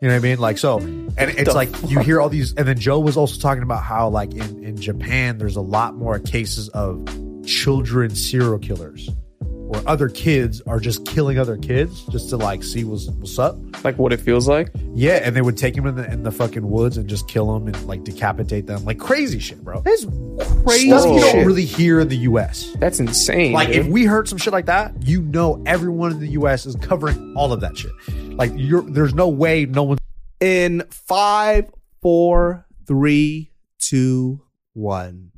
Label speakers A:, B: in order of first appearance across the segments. A: You know what I mean? Like so, and it's like you hear all these, and then Joe was also talking about how like in in Japan, there's a lot more cases of children serial killers, where other kids are just killing other kids just to like see what's what's up.
B: Like what it feels like.
A: Yeah, and they would take him in the in the fucking woods and just kill him and like decapitate them, like crazy shit, bro. It's
B: crazy
A: stuff you don't
B: shit.
A: really hear in the U.S.
B: That's insane.
A: Like if
B: dude.
A: we heard some shit like that, you know everyone in the U.S. is covering all of that shit. Like you're, there's no way no one.
C: in five, four, three, two, one.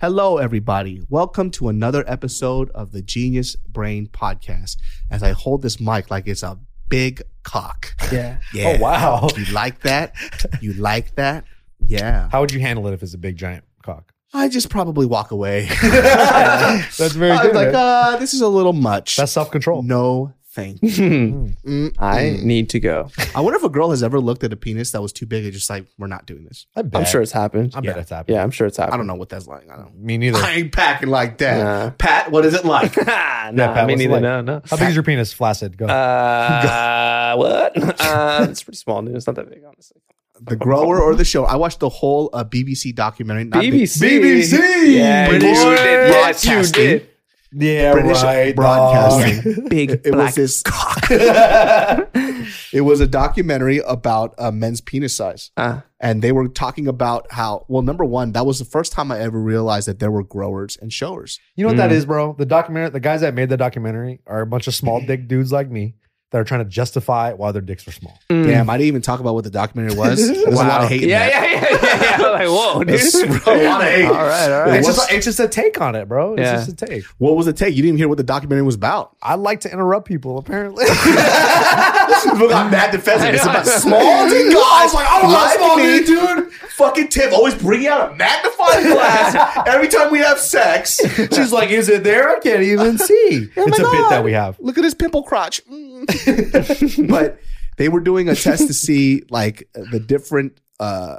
C: Hello, everybody. Welcome to another episode of the Genius Brain Podcast. As I hold this mic like it's a big cock.
B: yeah.
C: Yeah.
A: Oh wow.
C: You like that? You like that? Yeah.
A: How would you handle it if it's a big giant cock?
C: I just probably walk away.
A: That's very
C: I'm
A: good,
C: like,
A: man.
C: uh, this is a little much.
A: That's self control.
C: no, thank you. Mm.
B: Hmm. I need to go.
C: I wonder if a girl has ever looked at a penis that was too big and just like, we're not doing this.
A: I
B: I'm sure it's happened.
A: I
B: yeah.
A: bet it's happening.
B: yeah, I'm sure it's happened.
C: I don't know what that's like. I don't.
A: Me neither.
C: I ain't packing like that.
B: Nah.
C: Pat, what is it like?
B: nah,
A: Yeah, Pat,
B: me
A: what's it
B: neither.
A: like?
B: No, no.
A: How big is your penis? Flaccid. Go.
B: Uh, what? Uh, it's pretty small, dude. It's not that big, honestly.
C: the grower or the show? I watched the whole uh, BBC documentary. not the-
B: BBC.
A: BBC.
B: Yeah,
C: British
B: you did. Yes, you
C: Broadcasting.
B: did.
A: yeah,
C: British broadcasting.
B: Big
C: It was
B: black
C: this. it was a documentary about uh, men's penis size,
B: Ah.
C: and they were talking about how. Well, number one, that was the first time I ever realized that there were growers and showers.
A: You know what that is, bro? The documentary, the guys that made the documentary are a bunch of small dick dudes like me that are trying to justify why their dicks are small.
C: Damn, I didn't even talk about what the documentary was. There's a lot of hate. in
B: Mm. Yeah,
C: that.
B: yeah, yeah, yeah, yeah. Like, whoa, dude.
C: There's a lot of hate.
B: All right, all right.
A: It's
C: What's-
A: just, it's just a take on it, bro. It's
B: Yeah.
A: just a take.
C: What was the take? You didn't even hear what the documentary was about.
A: I like to interrupt people, apparently.
C: People got mad defensive. It's about small dick guys. like, I don't
A: Lie
C: like
A: to
C: small
A: me.
C: dick, dude. Fucking Tim always bringing out a magnifying glass every time we have sex.
A: She's like, is it there? I can't even see.
C: oh
A: it's a bit that we have.
C: Look at his pimple crotch. Mm. but they were doing a test to see like the different uh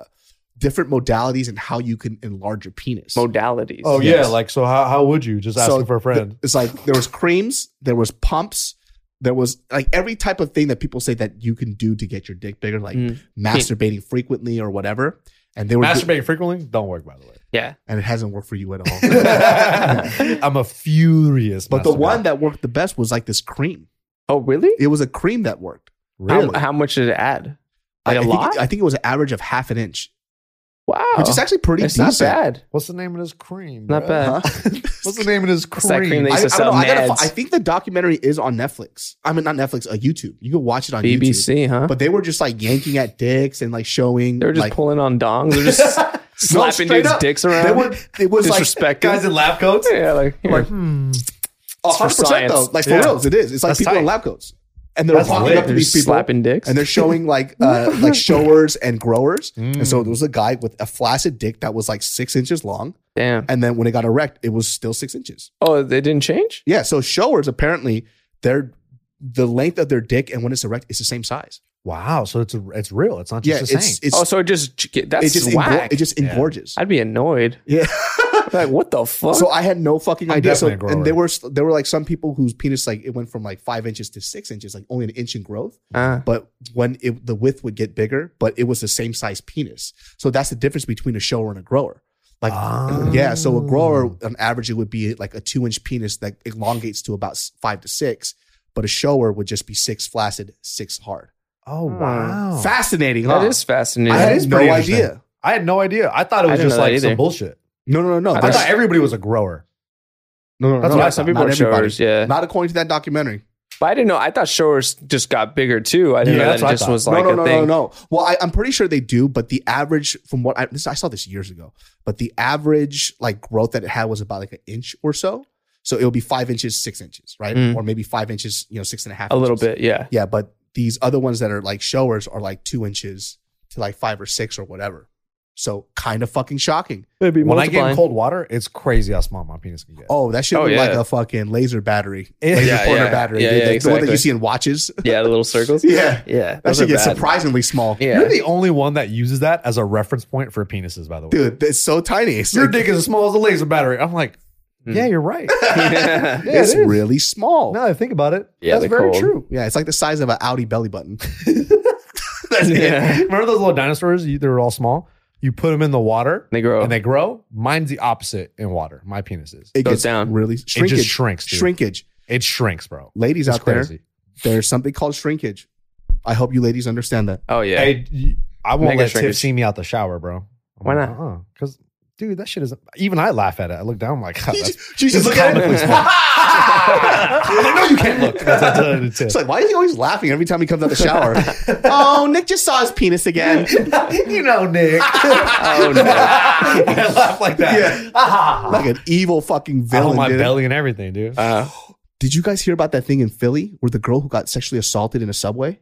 C: different modalities and how you can enlarge your penis.
B: Modalities.
A: Oh,
C: Yes.
A: yeah. Like, so how, how would you? Just asking
C: So
A: for a friend.
C: It's like there was creams, there was pumps, there was like every type of thing that people say that you can do to get your dick bigger, like
B: Mm.
C: masturbating frequently or whatever. And they were do-
A: Masturbating frequently? Don't work, by the way.
B: Yeah.
C: and it hasn't worked for you at all.
A: I'm a furious.
C: but the
A: masturbator.
C: one that worked the best was like this cream.
B: Oh, really?
C: It was a cream that worked.
B: How-
A: really,
B: How, much did it add? Like a
C: I- I think-
B: lot?
C: I think it was an average of half an inch.
B: Wow.
C: which is actually pretty
B: it's not
C: decent.
B: bad.
A: What's the name of this cream?
B: Not
A: bruh?
B: bad.
C: Huh?
A: What's the name of this
B: It's that
A: cream?
B: cream they
C: I,
B: used
C: I
B: to
C: don't know.
B: sell
C: I, gotta,
B: Nads.
C: fi- I think the documentary is on Netflix. I mean, not Netflix, uh, YouTube. You can watch it on YouTube.
B: BBC, huh?
C: But they were just like yanking at dicks and like showing.
B: They were just
C: like,
B: pulling on dongs. They're just slapping
C: straight
B: dudes'
C: up.
B: dicks around.
C: They were. It was like
B: Disrespecting.
C: in lab coats.
B: yeah, like, here.
C: Like, A
A: hmm.
B: It's for
C: hundred percent though.
B: science.
C: Like for
A: Yeah.
C: reals, it is. It's like
A: That's
C: people in
A: tight.
C: lab coats, and they're
A: That's
C: walking
A: lit.
C: up to
B: they're
C: these
B: just
C: people
B: slapping dicks.
C: and they're showing like uh like showers and growers. And
A: Mm.
C: so there was a guy with a flaccid dick that was like six inches long,
B: Damn.
C: and then when it got erect, it was still six inches.
B: Oh, they didn't change?
C: Yeah. So showers apparently they're the length of their dick and when it's erect is the same size.
A: Wow, so it's a, it's real. It's not
C: Yeah,
A: just
C: it's
A: the same.
C: it's,
B: oh, so it just that's
C: it just engor-
B: whack.
C: it just
A: Yeah.
C: engorges.
B: I'd be annoyed.
C: Yeah.
B: Like, what the fuck?
C: So I had no fucking
A: I'm
C: idea. So
A: definitely a
C: and there
A: grower.
C: were there were like some people whose penis like it went from like five inches to six inches, like only an inch in growth.
B: Ah.
C: but when it, the width would get bigger, but it was the same size penis. So that's the difference between a shower and a grower. Like,
A: Ah.
C: yeah, so a grower
B: Oh.
C: on average it would be like a two inch penis that elongates to about s- five to six, but a shower would just be six flaccid, six hard.
A: oh
B: Hmm.
A: wow,
C: Fascinating, huh?
B: that is fascinating.
C: I
A: That
C: had
A: is
C: no
A: pretty interesting.
C: idea.
A: I had no idea. I thought it
B: I
A: was
B: didn't
A: just
B: know that
A: like
B: either.
A: some bullshit.
C: No, no, no, no.
B: I
A: I
C: That's-
A: thought everybody was a grower.
C: no, no,
A: that's
C: no,
A: what
B: yeah,
A: I
C: not-
B: some
A: thought.
B: people
C: not
B: are
C: everybody.
B: showers, yeah.
C: Not according to that documentary.
B: but I didn't know. I thought showers just got bigger too. I didn't
A: Yeah,
B: know
A: that's
B: that
A: what I
B: it just
A: thought.
B: was like
C: no, no,
B: a
C: no,
B: thing.
C: no, no. Well, I, I'm pretty sure they do, but the average from what I this, I saw this years ago, but the average like growth that it had was about like an inch or so. So it would be five inches, six inches, right?
B: Mm.
C: Or maybe five inches, you know, six and a half.
B: A little
C: inches.
B: bit, yeah.
C: Yeah, but these other ones that are like showers are like two inches to like five or six or whatever. So kind of fucking shocking.
B: It'd be
A: When I get in cold water, it's crazy how small my penis can get.
C: Oh, that shit
B: Oh,
C: looked
B: yeah.
C: like a fucking laser battery,
A: Yeah,
C: laser
B: yeah,
C: pointer
B: yeah.
C: battery.
B: Yeah,
C: dude.
B: yeah,
C: Like The one that you
B: exactly.
C: see in watches.
B: Yeah, the little circles.
C: Yeah.
B: yeah.
C: That
B: those are
C: shit gets
B: bad.
C: surprisingly small.
B: Yeah.
A: You're the only one that uses that as a reference point for penises, by the way.
C: Dude, it's so tiny. It's
A: Your
C: like-
A: dick is as small as a laser battery. I'm like,
B: Hmm.
A: yeah, you're right.
B: yeah.
A: Yeah,
C: it's
A: it is.
C: really small.
A: Now that I think about it,
B: Yeah,
A: that's
B: they're
A: very
B: cold.
A: true.
C: Yeah, it's like the size of an Audi belly button. That's
B: Yeah.
C: it.
A: Remember those little dinosaurs? You, they were all small. You put them in the water
B: They grow.
A: and they grow. Mine's the opposite in water. My penis is.
C: It
B: Goes
C: gets
B: down.
C: really
A: It
C: shrinkage.
A: just shrinks. Dude.
C: shrinkage.
A: It shrinks, bro.
C: Ladies
A: It's
C: out there,
A: crazy.
C: there's something called shrinkage. I hope you ladies understand that.
B: oh yeah.
A: Hey, you- I won't
B: Mega
A: let Tiff
B: shrinkage.
A: see me out the shower, bro. I'm
B: Why
A: like,
B: not?
A: Uh-uh. Cause dude, that shit is even I laugh at it. I look down I'm like "God, that's
C: She's
A: just
C: looking at
A: comically
C: me.
A: small. I'm like, no, you can't look. That's what I tell her to
C: It's like, why is he always laughing every time he comes out the shower? oh, Nick just saw his penis again.
A: Tiff. you know, Nick.
B: Oh no.
A: I laugh like that.
C: Yeah.
A: Ah.
C: like an evil fucking
A: I hold
C: villain.
A: Oh, my
C: dude.
A: belly and everything, dude.
B: Uh,
C: Did you guys hear about that thing in Philly where the girl who got sexually assaulted in a subway?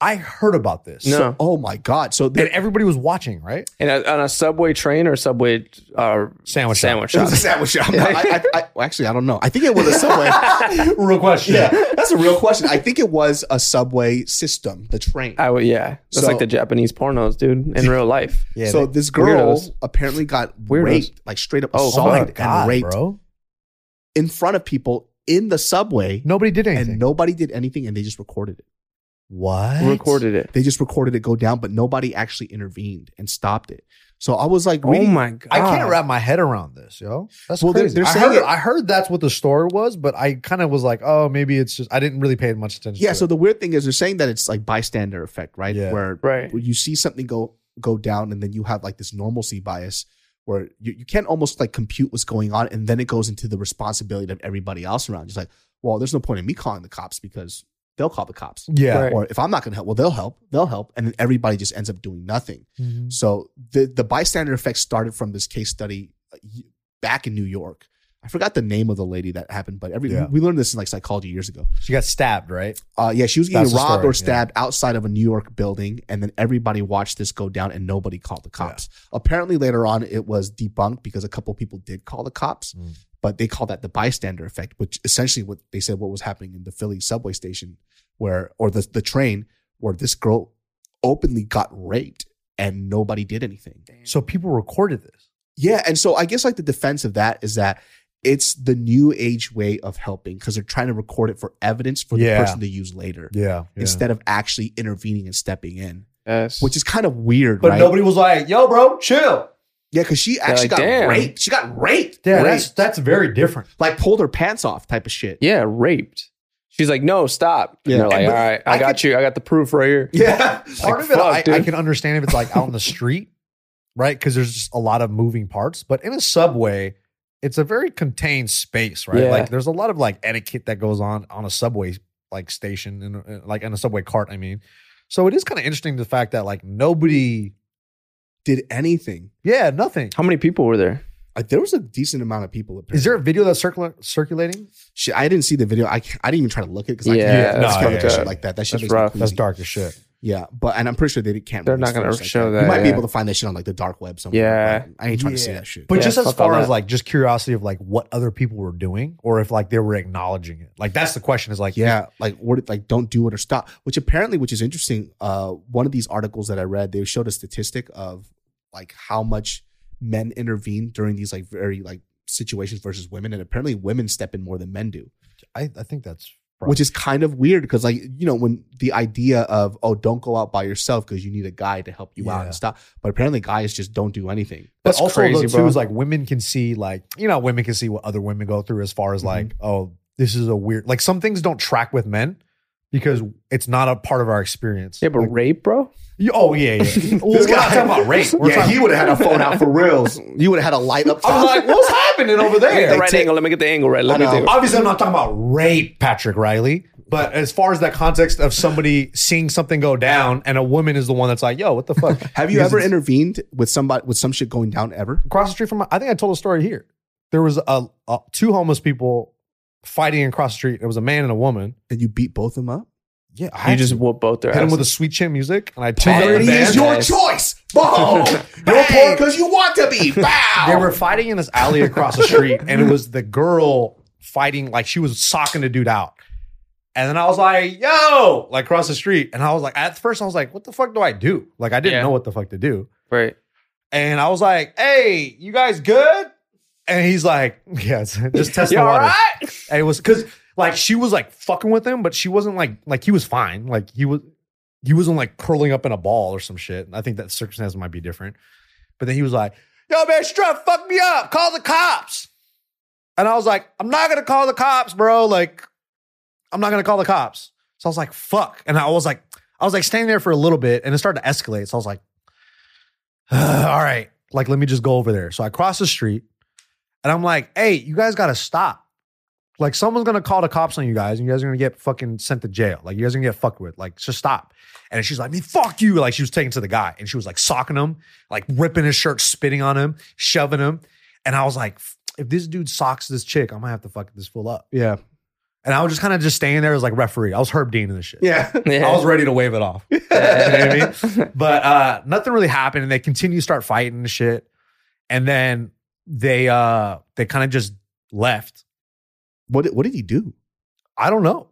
A: I heard about this.
B: No.
C: So- oh my god! So
A: And
C: there,
A: everybody was watching, right?
B: and a, on a subway train or subway uh,
A: Sandwich. shop.
B: sandwich shop.
C: It was a sandwich shop. I, I, I, well, actually, I don't know. I think it was a subway.
A: Real question.
C: yeah, that's a real question. I think it was a subway system, the train.
A: Ah,
B: I would, yeah. That's
C: So-
B: like the Japanese pornos, dude, in real life.
A: Yeah,
C: so
A: they-
C: this girl
B: Weirdos.
C: apparently got
B: Weirdos.
C: raped, like straight up
B: Oh,
A: oh my
C: assaulted
A: god,
C: and raped
A: bro.
C: in front of people in the subway,
A: Nobody did anything.
C: and nobody did anything, and they just recorded it.
A: what?
B: Recorded it.
C: They just recorded it go down, but nobody actually intervened and stopped it. So I was like,
B: Oh
C: reading,
B: my god!
A: I can't wrap my head around this, yo. That's
C: Well, they're-
A: crazy.
C: they're
A: I,
C: saying
A: heard,
C: it-
A: I heard that's what the story was, but I kind of was like, oh, maybe it's just I didn't really pay much attention.
C: yeah.
A: to
C: So
A: it.
C: the weird thing is, they're saying that it's like bystander effect, right?
A: Yeah.
C: Where
B: Right.
C: where you see something go go down and then you have like this normalcy bias where you, you can't almost like compute what's going on and then it goes into the responsibility of everybody else around just like well there's no point in me calling the cops because they'll call the cops
A: yeah,
B: Right.
C: or if i'm not going to help well they'll help they'll help and then everybody just ends up doing nothing
A: Mhm.
C: so the the bystander effect started from this case study uh, y- back in new york i forgot the name of the lady that happened but every
A: Yeah.
C: we learned this in like psychology years ago
A: she got stabbed, right?
C: uh, yeah, she was getting
A: That's the
C: robbed
A: story,
C: or stabbed outside of a New York building, and then everybody watched this go down, and nobody called the cops. Apparently, later on, it was debunked because a couple people did call the cops,
A: Mm.
C: but they call that the bystander effect, which essentially what they said what was happening in the Philly subway station, where or the the train where this girl openly got raped and nobody did anything.
A: So people recorded this.
C: Yeah, and so I guess like the defense of that is that it's the new age way of helping because they're trying to record it for evidence for the
A: Yeah.
C: person to use later
A: Yeah,
C: instead of actually intervening and stepping in,
B: Yes.
C: which is kind of weird,
A: but
C: right?
A: nobody was like, "Yo, bro, chill."
C: yeah, because she actually
B: like,
C: got
B: "Damn."
C: raped. She got raped.
A: Yeah,
C: Raped.
A: that's that's very different.
C: like pulled her pants off type of shit.
B: yeah, raped. She's like, no, stop.
C: Yeah.
B: And they're like,
C: And-
B: all right, I,
C: I
B: got
C: could-
B: you. I got the proof right here.
C: Yeah,
A: Part
B: Like,
A: of it,
B: fuck,
A: I, I
B: dude.
A: can understand if it's like out on the street, right? Because there's just a lot of moving parts. But in a subway, it's a very contained space, right?
B: Yeah.
A: Like there's a lot of like etiquette that goes on on a subway like station and like on a subway cart. I mean, so it is kind of interesting the fact that like nobody,
C: Did anything?
A: yeah, nothing.
B: How many people were there?
C: Like, there was a decent amount of people. Apparently.
A: Is there a video that's circula- circulating?
C: Shit, I didn't see the video. I can't- I didn't even try to look at because I
B: Yeah,
C: can't
A: Yeah,
C: that's
A: no,
C: kinda
A: yeah,
C: shit
B: yeah.
C: like that. That shit
B: That's
C: makes me
B: rough.
A: That's
C: queasy.
A: dark as shit.
C: Yeah, but and I'm pretty sure they can't.
B: They're
C: release
B: not gonna
C: photos like
B: show
C: You
B: that,
C: might be
B: yeah.
C: able to find that shit on like the dark web somewhere.
B: Yeah.
C: but I ain't trying to see
A: Yeah.
C: that shit.
A: But
B: Yeah,
A: just as
B: fuck all
A: far as
B: that.
A: like just curiosity of like what other people were doing or if like they were acknowledging it. Like that's the question is like,
C: yeah, like what? Like don't do it or stop. Which apparently, which is interesting. Uh, one of these articles that I read, they showed a statistic of like how much men intervene during these like very like situations versus women, and apparently women step in more than men do.
A: I, I think that's
C: which is kind of weird because like you know when the idea of oh don't go out by yourself because you need a guy to help you out
A: Yeah.
C: and stuff but apparently guys just don't do anything
A: But
B: That's
A: also
B: crazy,
A: though, too
B: bro.
A: is like women can see like you know women can see what other women go through as far as like oh this is a weird like some things don't track with men because it's not a part of our experience.
B: Yeah, but
A: Like,
B: rape, bro.
A: you- oh yeah, yeah. well, we're not talking about rape. We're talking,
C: would have had a phone out for reals you would have had a light up
A: I was like, what's happening over
B: Let me get
A: there?
B: the right
C: take-
B: angle. Let me get the angle right.
C: I
B: Let me
C: know.
B: do it.
A: Obviously, I'm not talking about rape, Patrick Riley. But as far as that context of somebody seeing something go down and a woman is the one that's like, yo, what the fuck?
C: have you
A: Because
C: ever
A: it's-
C: intervened with somebody with some shit going down ever
A: across the street from my, I think I told a story here. There was a, a two homeless people fighting across the street. It was a man and a woman.
C: and you beat both of them up
A: Yeah, I
B: You just whoop both their
A: hit him with a
B: asses.
A: sweet chin music, and I turned up the
B: Parody
A: band.
B: is your- Yes.
C: choice boom you're poor because you want to be bow
A: they were fighting in this alley across the street, and it was the girl fighting like she was socking the dude out. And then I was like, "Yo!" Like across the street, and I was like, at first I was like, "What the fuck do I do?" Like I didn't
B: Yeah.
A: know what the fuck to do.
B: Right.
A: And I was like, "Hey, you guys good?" And he's like, "Yes, just test
B: You
A: the
B: all
A: water."
B: right?
A: And it was because like she was like fucking with him, but she wasn't like like he was fine. Like he was he wasn't like curling up in a ball or some shit. I think that circumstance might be different. But then he was like, "Yo, man, she's trying to fuck me up. Call the cops." And I was like, "I'm not gonna call the cops, bro. Like, I'm not gonna call the cops." So I was like, "Fuck!" And I was like, I was like standing there for a little bit, and it started to escalate. So I was like, "All right, like let me just go over there." So I cross the street, and I'm like, "Hey, you guys gotta stop." Like someone's gonna call the cops on you guys, and you guys are gonna get fucking sent to jail. Like you guys are gonna get fucked with. Like just stop. And she's like, "Me, fuck you!" Like she was taking to the guy, and she was like socking him, like ripping his shirt, spitting on him, shoving him. And I was like, "If this dude socks this chick, I'm gonna have to fuck this fool up."
C: yeah
A: And I was just kind of just staying there as like referee. I was Herb Dean in this shit.
C: yeah
B: Yeah.
A: I was ready to wave it off. You know what I mean? But uh, nothing really happened, and they continue to start fighting and shit. And then they uh they kind of just left.
C: what, did- what did he do
A: I don't know.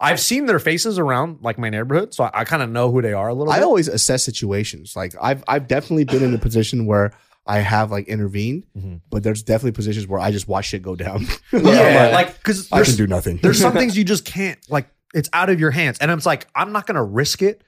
A: I've seen their faces around like my neighborhood, so I, I kind of know who they are a little
C: I
A: bit.
C: always assess situations. Like I've I've definitely been in a position where I have like intervened,
A: Mhm.
C: but there's definitely positions where I just watch shit go down.
A: yeah,
B: Yeah.
A: like because
C: I can do nothing.
A: there's some things you just can't like it's out of your hands and i'm like i'm not gonna risk it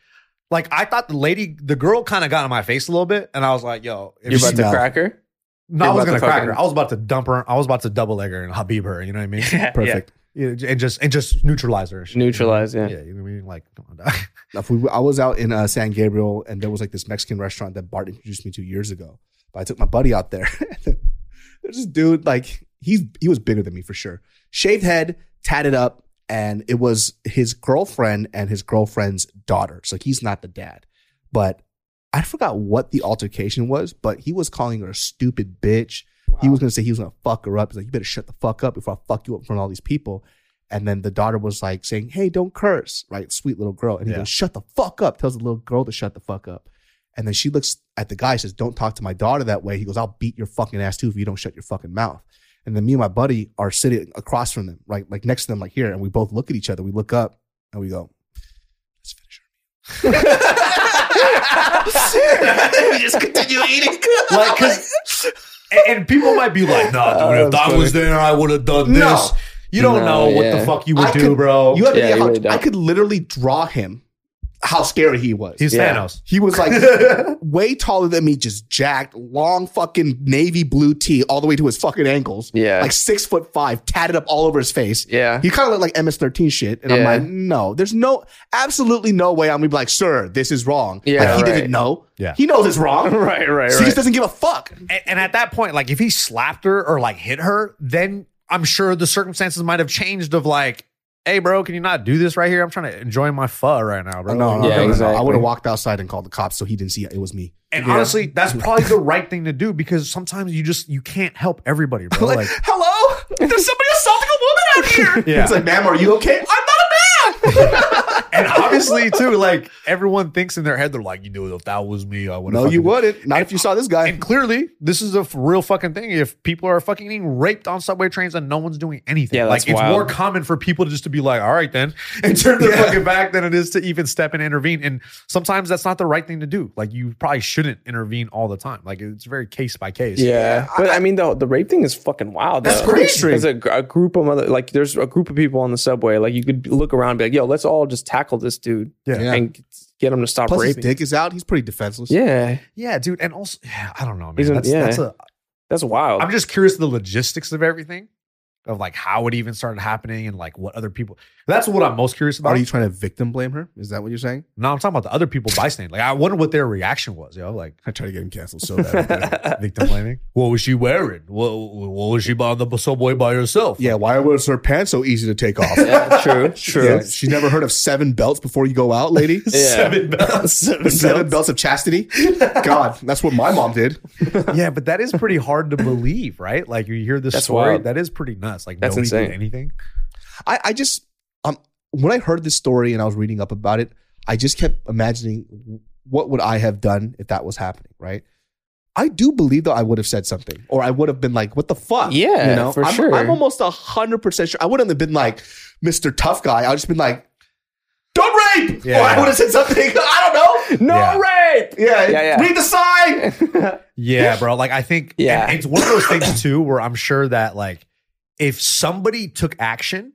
A: like i thought the lady the girl kind of got in my face a little bit and i was like yo if
B: You're
A: she-
B: about
C: smell.
B: to crack her.
A: no, i
B: you're
A: was
B: about to
A: gonna crack
B: fucking-
A: her i was about to dump her i was about to double leg her and habib her you know what i mean
C: Perfect.
A: Yeah, and just and just neutralize her and shit, you know?
B: Neutralize, yeah.
A: yeah you know what i mean like come on dog.
C: If we, I was out in uh, San Gabriel, and there was like this Mexican restaurant that Bart introduced me to years ago. But I took my buddy out there. there's this dude like he's he was bigger than me for sure. Shaved head, tatted up, and it was his girlfriend and his girlfriend's daughter. So he's not the dad, but. I forgot what the altercation was, but he was calling her a stupid bitch. He was gonna say he was gonna fuck her up. He's like, you better shut the fuck up before I fuck you up in front of all these people. And then the daughter was like saying, Hey, don't curse, right? Sweet little girl. And he
A: Yeah.
C: goes, Shut the fuck up. Tells the little girl to shut the fuck up. And then she looks at the guy, says, Don't talk to my daughter that way. He goes, I'll beat your fucking ass too if you don't shut your fucking mouth. And then me and my buddy are sitting across from them, right? Like next to them, like here. And we both look at each other. We look up and we go, Let's finish her. we just continue eating.
A: like because and, and people might be like nah dude if
B: That's
A: i was there i would have done this
C: No.
A: you don't
B: No,
A: know what
B: yeah.
A: the fuck you would
C: I
A: do
C: could-
A: bro
C: You have to
B: Yeah,
C: think
B: you
C: how-
B: really don't.
C: I could literally draw him. how scary he was.
A: He's
B: Yeah.
A: Thanos.
C: He was like way taller than me, just jacked, long fucking navy blue tee all the way to his fucking ankles.
B: Yeah.
C: Like six foot five, tatted up all over his face.
B: yeah.
C: He kind of looked like MS13 shit. And I'm
B: Yeah.
C: like, no, there's no, absolutely no way I'm going to be like, sir, this is wrong.
B: Yeah,
C: Like, he
B: right.
C: didn't know.
A: Yeah.
C: He knows it's wrong.
B: right, right,
C: So he just
B: right.
C: doesn't give a fuck.
A: And, and at that point, like if he slapped her or like hit her, then I'm sure the circumstances might have changed. Of like, hey, bro, can you not do this right here? I'm trying to enjoy my pho right now, bro.
C: No, no,
B: Yeah,
C: no, no, no. I
B: exactly.
C: would have walked outside and called the cops so he didn't see it was me.
A: And
B: Yeah.
A: honestly, that's probably the right thing to do because sometimes you just you can't help everybody, bro. Like,
C: hello? There's somebody assaulting a woman out here.
A: Yeah.
C: It's like, ma'am, are you okay? I'm not a man.
A: and obviously too, like everyone thinks in their head, they're like, you know, if that was me, I would.
C: No, you wouldn't. Not if you saw this guy.
A: And clearly, this is a f- real fucking thing. If people are fucking getting raped on subway trains and no one's doing anything,
B: Yeah,
A: like
B: that's
A: it's
B: wild.
A: more common for people to just to be like, "All right, then," and turn their fucking back than it is to even step and intervene. And sometimes that's not the right thing to do. Like you probably shouldn't intervene all the time. Like it's very case by case.
B: Yeah, but I mean, the the rape thing is fucking wild.
C: That's
B: though.
C: pretty extreme.
B: There's a, gr- a group of mother, like there's a group of people on the subway. Like you could look around, and be like, "Yo, let's all just tackle this dude
A: Yeah.
C: Yeah.
B: and get him to stop
C: Plus, his
B: raping."
C: dick is out. He's pretty defenseless.
B: Yeah,
A: yeah, dude. And also, yeah, I don't know, man.
B: He's an-
A: That's,
B: yeah.
A: that's a.
B: that's wild.
A: I'm just curious of the logistics of everything, of like how it even started happening and like what other people. That's what I'm most curious about.
C: Are you trying to victim blame her? Is that what you're saying?
A: no, I'm talking about the other people bystander. Like I wonder what their reaction was. You know, like.
C: I try to get him canceled so bad.
A: victim blaming. What was she wearing? What, what was she on the subway by herself?
C: yeah, why was her pants so easy to take off?
B: yeah, true, true.
C: Yeah, she never heard of seven belts before you go out, lady.
B: Seven
A: bells.
C: Seven, belts of chastity. God, that's what my mom did.
A: yeah, but that is pretty hard to believe, right? Like you hear this
B: That's
A: story,
B: wild.
A: that is pretty nuts. Like
B: That's
A: nobody
B: insane.
A: did anything.
C: I, I just um when I heard this story and I was reading up about it, I just kept imagining what would I have done if that was happening, right? I do believe that I would have said something, or I would have been like, "What the fuck?"
B: Yeah, for
C: I'm,
B: sure.
C: I'm almost hundred percent sure. I wouldn't have been like Mr. Tough Guy. I would just been like, "Don't rape!"
A: Yeah.
C: Or I would have said something. I don't know.
B: No
A: Yeah.
B: rape.
C: Yeah,
B: Yeah, yeah.
C: read the sign.
A: Yeah, bro. Like I think and
B: Yeah.
A: it's one of those things too where I'm sure that like if somebody took action,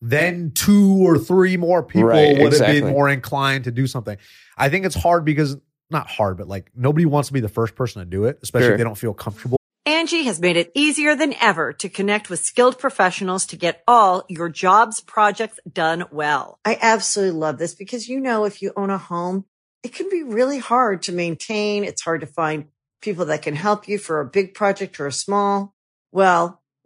A: then two or three more people
B: Right,
A: would have
B: exactly.
A: been more inclined to do something. I think it's hard because not hard, but like nobody wants to be the first person to do it, especially
B: Sure.
A: if they don't feel comfortable.
D: Angie has made it easier than ever to connect with skilled professionals to get all your jobs projects done well. I absolutely love this because, you know, if you own a home, it can be really hard to maintain. It's hard to find people that can help you for a big project or a small. Well,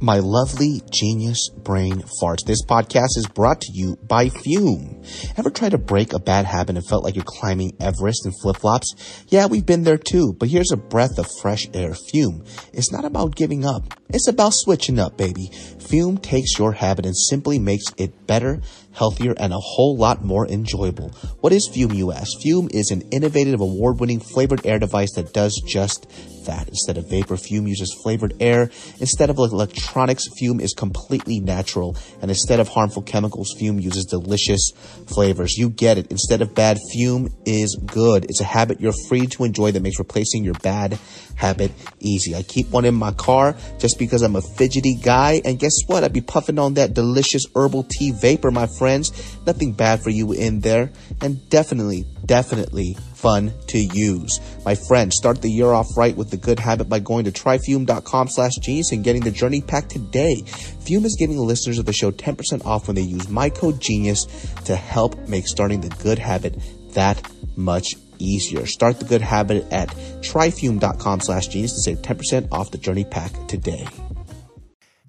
E: My lovely genius brain farts. This podcast is brought to you by Fume. Ever tried to break a bad habit and felt like you're climbing Everest in flip flops? Yeah, we've been there too, but here's a breath of fresh air. Fume. It's not about giving up. It's about switching up, baby. Fume takes your habit and simply makes it better, healthier, and a whole lot more enjoyable. What is Fume, you ask? Fume is an innovative award-winning flavored air device that does just that. Instead of vapor, Fume uses flavored air. Instead of electronics, Fume is completely natural. And instead of harmful chemicals, Fume uses delicious flavors. You get it. Instead of bad, Fume is good. It's a habit you're free to enjoy that makes replacing your bad habit easy. I keep one in my car just because I'm a fidgety guy. And guess what? I'd be puffing on that delicious herbal tea vapor, my friends. Nothing bad for you in there. And definitely, definitely fun to use. My friends, start the year off right with the good habit by going to tryfume.com slash genius and getting the journey pack today. Fume is giving listeners of the show 10% off when they use my code genius to help make starting the good habit that much easier. Start the good habit at tryfume.com slash genius to save 10% off the journey pack today.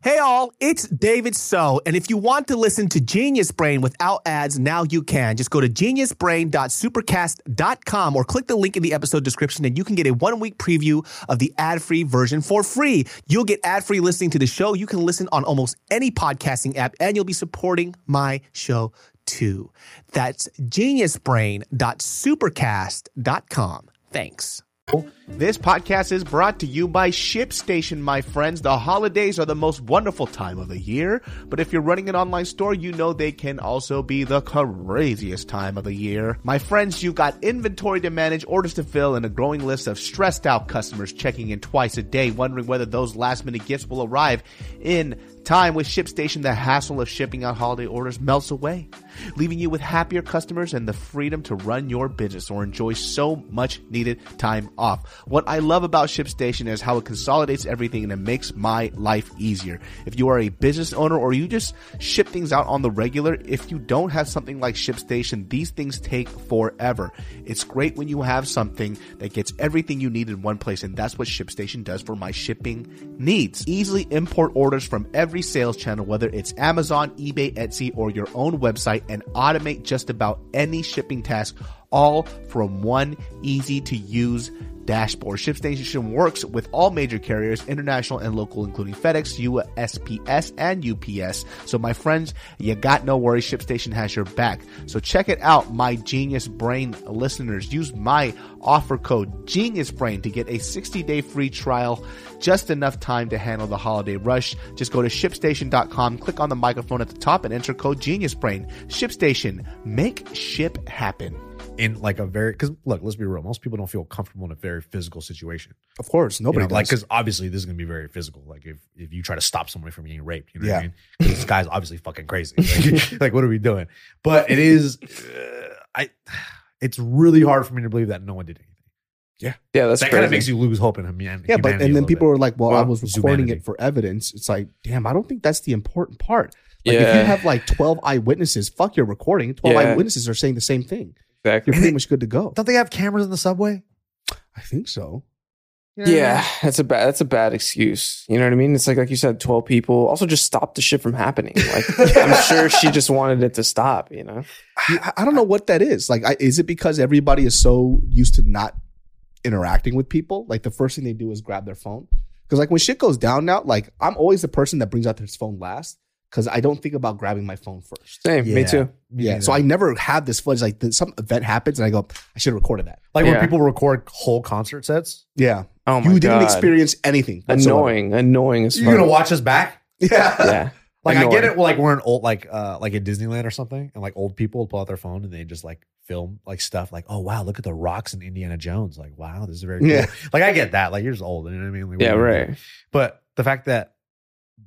F: Hey all, it's David So, and if you want to listen to Genius Brain without ads, now you can. Just go to geniusbrain.supercast.com or click the link in the episode description and you can get a one-week preview of the ad-free version for free. You'll get ad-free listening to the show. You can listen on almost any podcasting app and you'll be supporting my show too. That's geniusbrain.supercast.com. Thanks. This podcast is brought to you by ShipStation, my friends. The holidays are the most wonderful time of the year, but if you're running an online store, you know they can also be the craziest time of the year. My friends, you've got inventory to manage, orders to fill, and a growing list of stressed out customers checking in twice a day, wondering whether those last minute gifts will arrive in time with ShipStation, the hassle of shipping out holiday orders melts away, leaving you with happier customers and the freedom to run your business or enjoy so much needed time off. What I love about ShipStation is how it consolidates everything and it makes my life easier. If you are a business owner or you just ship things out on the regular, if you don't have something like ShipStation, these things take forever. It's great when you have something that gets everything you need in one place, and that's what ShipStation does for my shipping needs. Easily import orders from every every sales channel, whether it's Amazon, eBay, Etsy, or your own website, and automate just about any shipping task, all from one easy to use dashboard. ShipStation works with all major carriers, international and local, including FedEx, USPS, and UPS. So, my friends, you got no worries. ShipStation has your back. So, check it out, my Genius Brain listeners. Use my offer code GENIUSBRAIN to get a 60 day free trial, just enough time to handle the holiday rush. Just go to shipstation.com, click on the microphone at the top, and enter code GENIUSBRAIN. ShipStation, make ship happen.
A: in like a very because look, let's be real. Most people don't feel comfortable in a very physical situation.
C: Of course,
A: You
C: nobody
A: know, like
C: does.
A: because obviously this is gonna be very physical. Like if if you try to stop someone from getting raped, you know what I
C: Yeah.
A: mean? 'Cause This guy's obviously fucking crazy. Like, like, what are we doing? But it is, uh, I. It's really hard for me to believe that no one did anything.
B: Yeah, that's
A: that kind of
B: crazy.
A: makes you lose hope in humanity.
C: yeah, but and then people are like, well, I
A: Well,
C: was recording
A: humanity.
C: it for evidence. It's like, damn, I don't think that's the important part. Like if
B: Yeah.
C: you have like 12 eyewitnesses, fuck your recording. 12
B: Yeah.
C: eyewitnesses are saying the same thing.
B: exactly.
C: You're pretty much good to go.
A: don't they have cameras in the subway?
C: I think so.
B: Yeah, that's a bad that's a bad excuse. You know what I mean? It's like like you said, twelve people. Also, just stop the shit from happening. Like I'm sure she just wanted it to stop. You know?
C: I, I don't know what that is. Like, I, is it because everybody is so used to not interacting with people? Like, the first thing they do is grab their phone. Because, like, when shit goes down now, like, I'm always the person that brings out their phone last because I don't think about grabbing my phone first.
B: Same. Me
A: Yeah.
B: too.
C: Yeah. So I never have this footage. Like, th- some event happens and I go, I should have recorded that.
A: like
B: Yeah.
A: when people record whole concert sets.
C: Yeah.
B: Oh my
C: you
B: god.
C: didn't experience anything. whatsoever.
B: annoying. Annoying as
A: You're gonna
B: fuck.
A: watch us back.
C: Yeah.
B: Yeah.
A: Like I get
B: Annoying.
A: it. Well, like we're in old, like uh, like at Disneyland or something, and like old people pull out their phone and they just like film like stuff. Like, oh wow, look at the rocks in Indiana Jones. Like, wow, this is very cool.
C: Yeah.
A: Like I get that. Like you're just old. You know what I mean? Like, what
B: Yeah.
A: are you gonna
B: Right.
A: do? But the fact that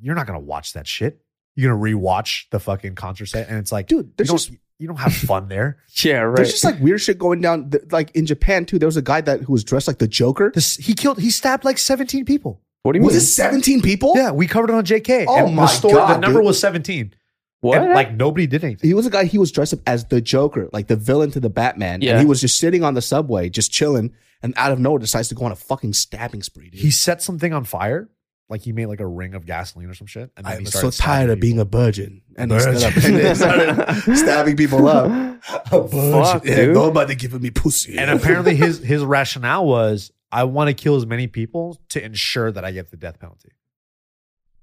A: you're not gonna watch that shit, you're gonna rewatch the fucking concert set, and it's like,
C: Dude,
A: you
C: there's
A: don't,
C: just
A: you don't have fun there.
B: Yeah. Right.
C: there's just like weird shit going down. Th- Like in Japan too, there was a guy that who was dressed like the Joker.
A: This he killed. He stabbed like 17 people.
B: what do you mean?
C: Was it 17 people?
A: Yeah, we covered it on JK.
C: Oh
A: and
C: my
A: the story,
C: God,
A: The number
C: dude.
A: was 17.
B: what?
A: And, like nobody did anything.
C: he was a guy he was dressed up as the joker like the villain to the batman
B: Yeah.
C: and he was just sitting on the subway just chilling and out of nowhere decides to go on a fucking stabbing spree dude.
A: he set something on fire. Like he made like a ring of gasoline or some shit. And then
C: i
A: he
C: was so
A: started
C: tired
A: stabbing
C: of being a virgin and, he stood up
A: Virgin.
C: and then started stabbing people up
A: people.
B: Fuck,
C: yeah,
B: dude.
C: nobody giving me pussy
A: And apparently his his rationale was I want to kill as many people to ensure that I get the death penalty.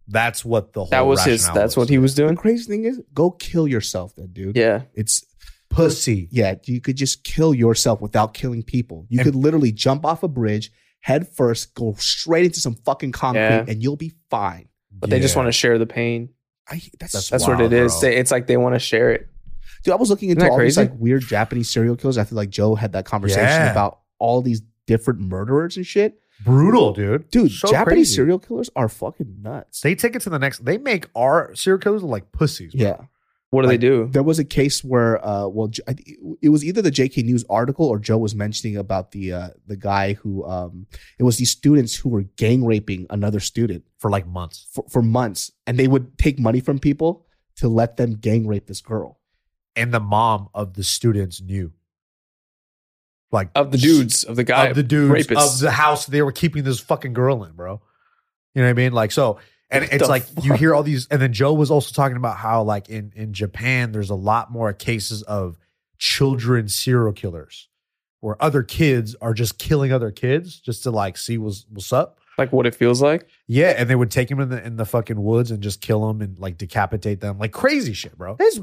A: That's what the whole
B: that was his.
A: rationale
B: That's what he was
C: the
B: doing.
C: crazy thing is go kill yourself then dude
B: Yeah.
C: it's
A: pussy.
C: yeah you could just kill yourself without killing people you
A: And-
C: could literally jump off a bridge head first go straight into some fucking concrete
B: Yeah.
C: and you'll be fine
B: But they just want to share the pain.
C: I, that's,
A: That's
B: That's
A: Wow,
B: what it is.
A: bro.
B: They, it's like they want to share it.
C: Dude, I was looking into
B: Isn't that
C: all these
B: crazy?
C: like weird Japanese serial killers after like Joe had that conversation
A: Yeah.
C: about all these different murderers and shit.
A: brutal, dude.
C: Dude,
A: So
C: Japanese
A: crazy.
C: serial killers are fucking nuts.
A: They take it to the next. They make our serial killers look like pussies. bro.
C: Yeah.
B: What do
C: Like,
B: they do?
C: There was a case where uh well J- I th- it was either the JK News article or Joe was mentioning about the uh the guy who um it was these students who were gang raping another student
A: for like months.
C: for, for months and they would take money from people to let them gang rape this girl.
A: And the mom of the students knew. like
B: of the dudes of the guy
A: of the dudes
B: rapists.
A: of the house they were keeping this fucking girl in, bro. You know what I mean? Like so, and
B: What
A: it's
B: the
A: like you
B: fuck?
A: hear all these, and then Joe was also talking about how like in in Japan there's a lot more cases of children serial killers, where other kids are just killing other kids just to like see what's what's up.
B: like what it feels like.
A: Yeah, and they would take him in the in the fucking woods and just kill him and like decapitate them, like crazy shit, bro.
G: That's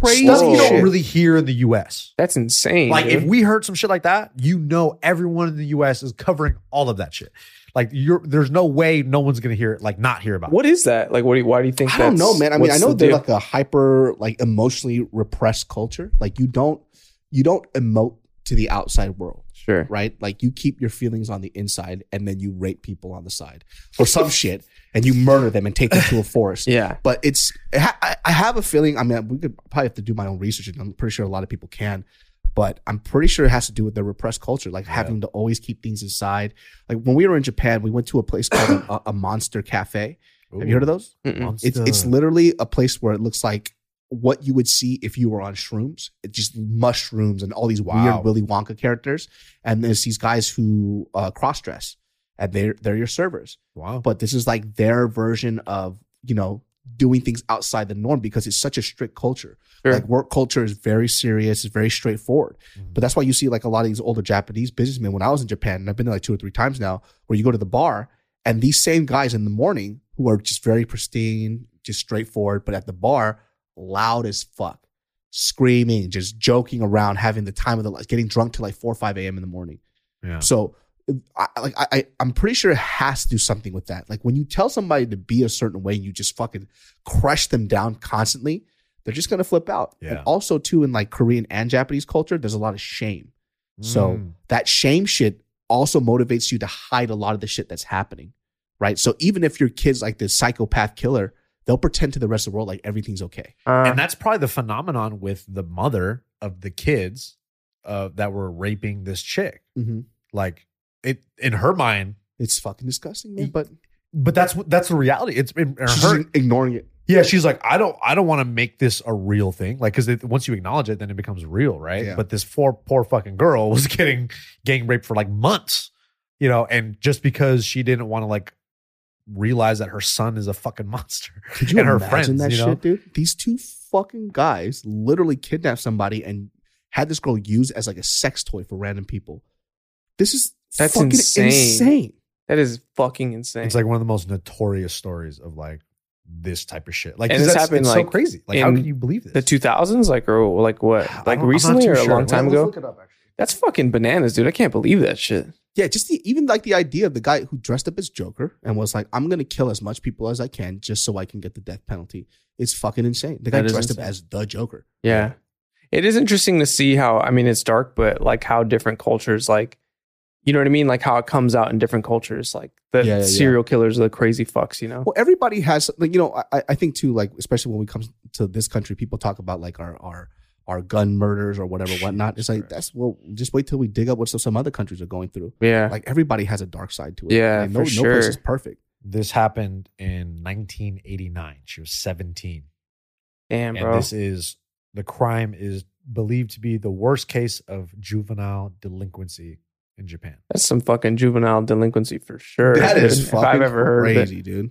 G: crazy.
A: Stuff you don't
B: shit.
A: really hear in the U.S.
B: That's insane.
A: Like if
B: dude.
A: we heard some shit like that, you know everyone in the US is covering all of that shit. Like you're there's no way no one's gonna hear it, like not hear about it.
B: what is that? Like, what do you, why do you think?
G: I
C: I don't
B: that's-
C: know, man. I mean, I
B: what's
C: know
B: the
C: they're
B: deal?
C: like a hyper, like emotionally repressed culture. Like you don't, you don't emote to the outside world,
B: sure.
C: right? Like you keep your feelings on the inside, and then you rape people on the side or some shit, and you murder them and take them to a forest.
B: Yeah,
C: But it's, it ha- I I have a feeling. I mean, we could probably have to do my own research, and I'm pretty sure a lot of people can. But I'm pretty sure it has to do with their repressed culture, like having to always keep things inside. Like when we were in Japan, we went to a place called a, a monster cafe. Have you heard of those?
B: Mm-mm.
C: It's it's literally a place where it looks like what you would see if you were on shrooms. It's just mushrooms and all these
A: Wow.
C: weird Willy Wonka characters. And there's these guys who uh, cross dress, and they're they're your servers.
A: Wow.
C: But this is like their version of you know doing things outside the norm because it's such a strict culture.
B: Sure.
C: Like work culture is very serious, it's very straightforward.
A: Mhm.
C: But that's why you see like a lot of these older Japanese businessmen. When I was in Japan, and I've been there like two or three times now, where you go to the bar and these same guys in the morning who are just very pristine, just straightforward, but at the bar, loud as fuck, screaming, just joking around, having the time of the getting drunk till like four or five a.m. in the morning.
A: Yeah.
C: So, I, I- like I, I, I'm pretty sure it has to do something with that. Like when you tell somebody to be a certain way, and you just fucking crush them down constantly. They're just gonna flip out.
A: Yeah.
C: And also, too, in like Korean and Japanese culture, there's a lot of shame. So
A: Mm.
C: that shame shit also motivates you to hide a lot of the shit that's happening, right? So even if your kid's like this psychopath killer, they'll pretend to the rest of the world like everything's okay.
B: Uh,
A: and that's probably the phenomenon with the mother of the kids uh, that were raping this chick.
C: Mm-hmm.
A: Like it in her mind,
C: It's fucking disgusting, man. But
A: but that's what that's the reality. It's in, in
C: she's
A: her
C: just ignoring it.
A: Yeah, she's like, I don't, I don't want to make this a real thing, like because once you acknowledge it, then it becomes real, right?
C: Yeah.
A: But this poor, poor fucking girl was getting gang raped for like months, you know, and just because she didn't want to like realize that her son is a fucking monster
C: Could you
A: and her
C: imagine
A: friends,
C: that
A: you know?
C: shit, dude? These two fucking guys literally kidnapped somebody and had this girl used as like a sex toy for random people. This is
B: That's
C: fucking
B: insane.
C: insane.
B: that is fucking insane.
A: It's like one of the most notorious stories of like this type of shit. Like,
B: And
A: 'cause
B: this
A: that's,
B: happened,
A: it's so
B: like,
A: crazy. Like, how
B: in
A: can you believe this?
B: the two thousands, like or like
A: I
B: what?
A: don't-
B: Like
A: I'm not
B: recently
A: too
B: or a
A: sure.
B: long time
A: Let's
B: ago? That's fucking bananas, dude. I can't believe that shit.
C: Yeah, just the, even like the idea of the guy who dressed up as Joker and was like, "I'm gonna kill as much people as I can just so I can get the death penalty." It's fucking insane. The guy
B: That is
C: dressed up
B: insane.
C: as the Joker.
B: Yeah. It is interesting to see how, I mean, it's dark, but like how different cultures, like, you know what I mean? Like how it comes out in different cultures. Like the
C: Yeah, yeah, yeah.
B: serial killers are the crazy fucks, you know?
C: Well, everybody has, like, you know, I, I think too, like, especially when we come to this country, people talk about like our our our gun murders or whatever, whatnot. It's like that's well, just wait till we dig up what some, some other countries are going through.
B: yeah.
C: Like everybody has a dark side to it.
B: Yeah,
C: Like,
B: for
C: no place
B: sure.
C: is perfect.
A: This happened in 1989. She was 17.
B: Damn,
A: and
B: bro.
A: this is the crime is believed to be the worst case of juvenile delinquency in Japan.
B: That's some fucking juvenile delinquency for sure.
C: That
B: dude,
C: is
B: if
C: fucking
B: I've ever heard of it.
C: crazy, dude.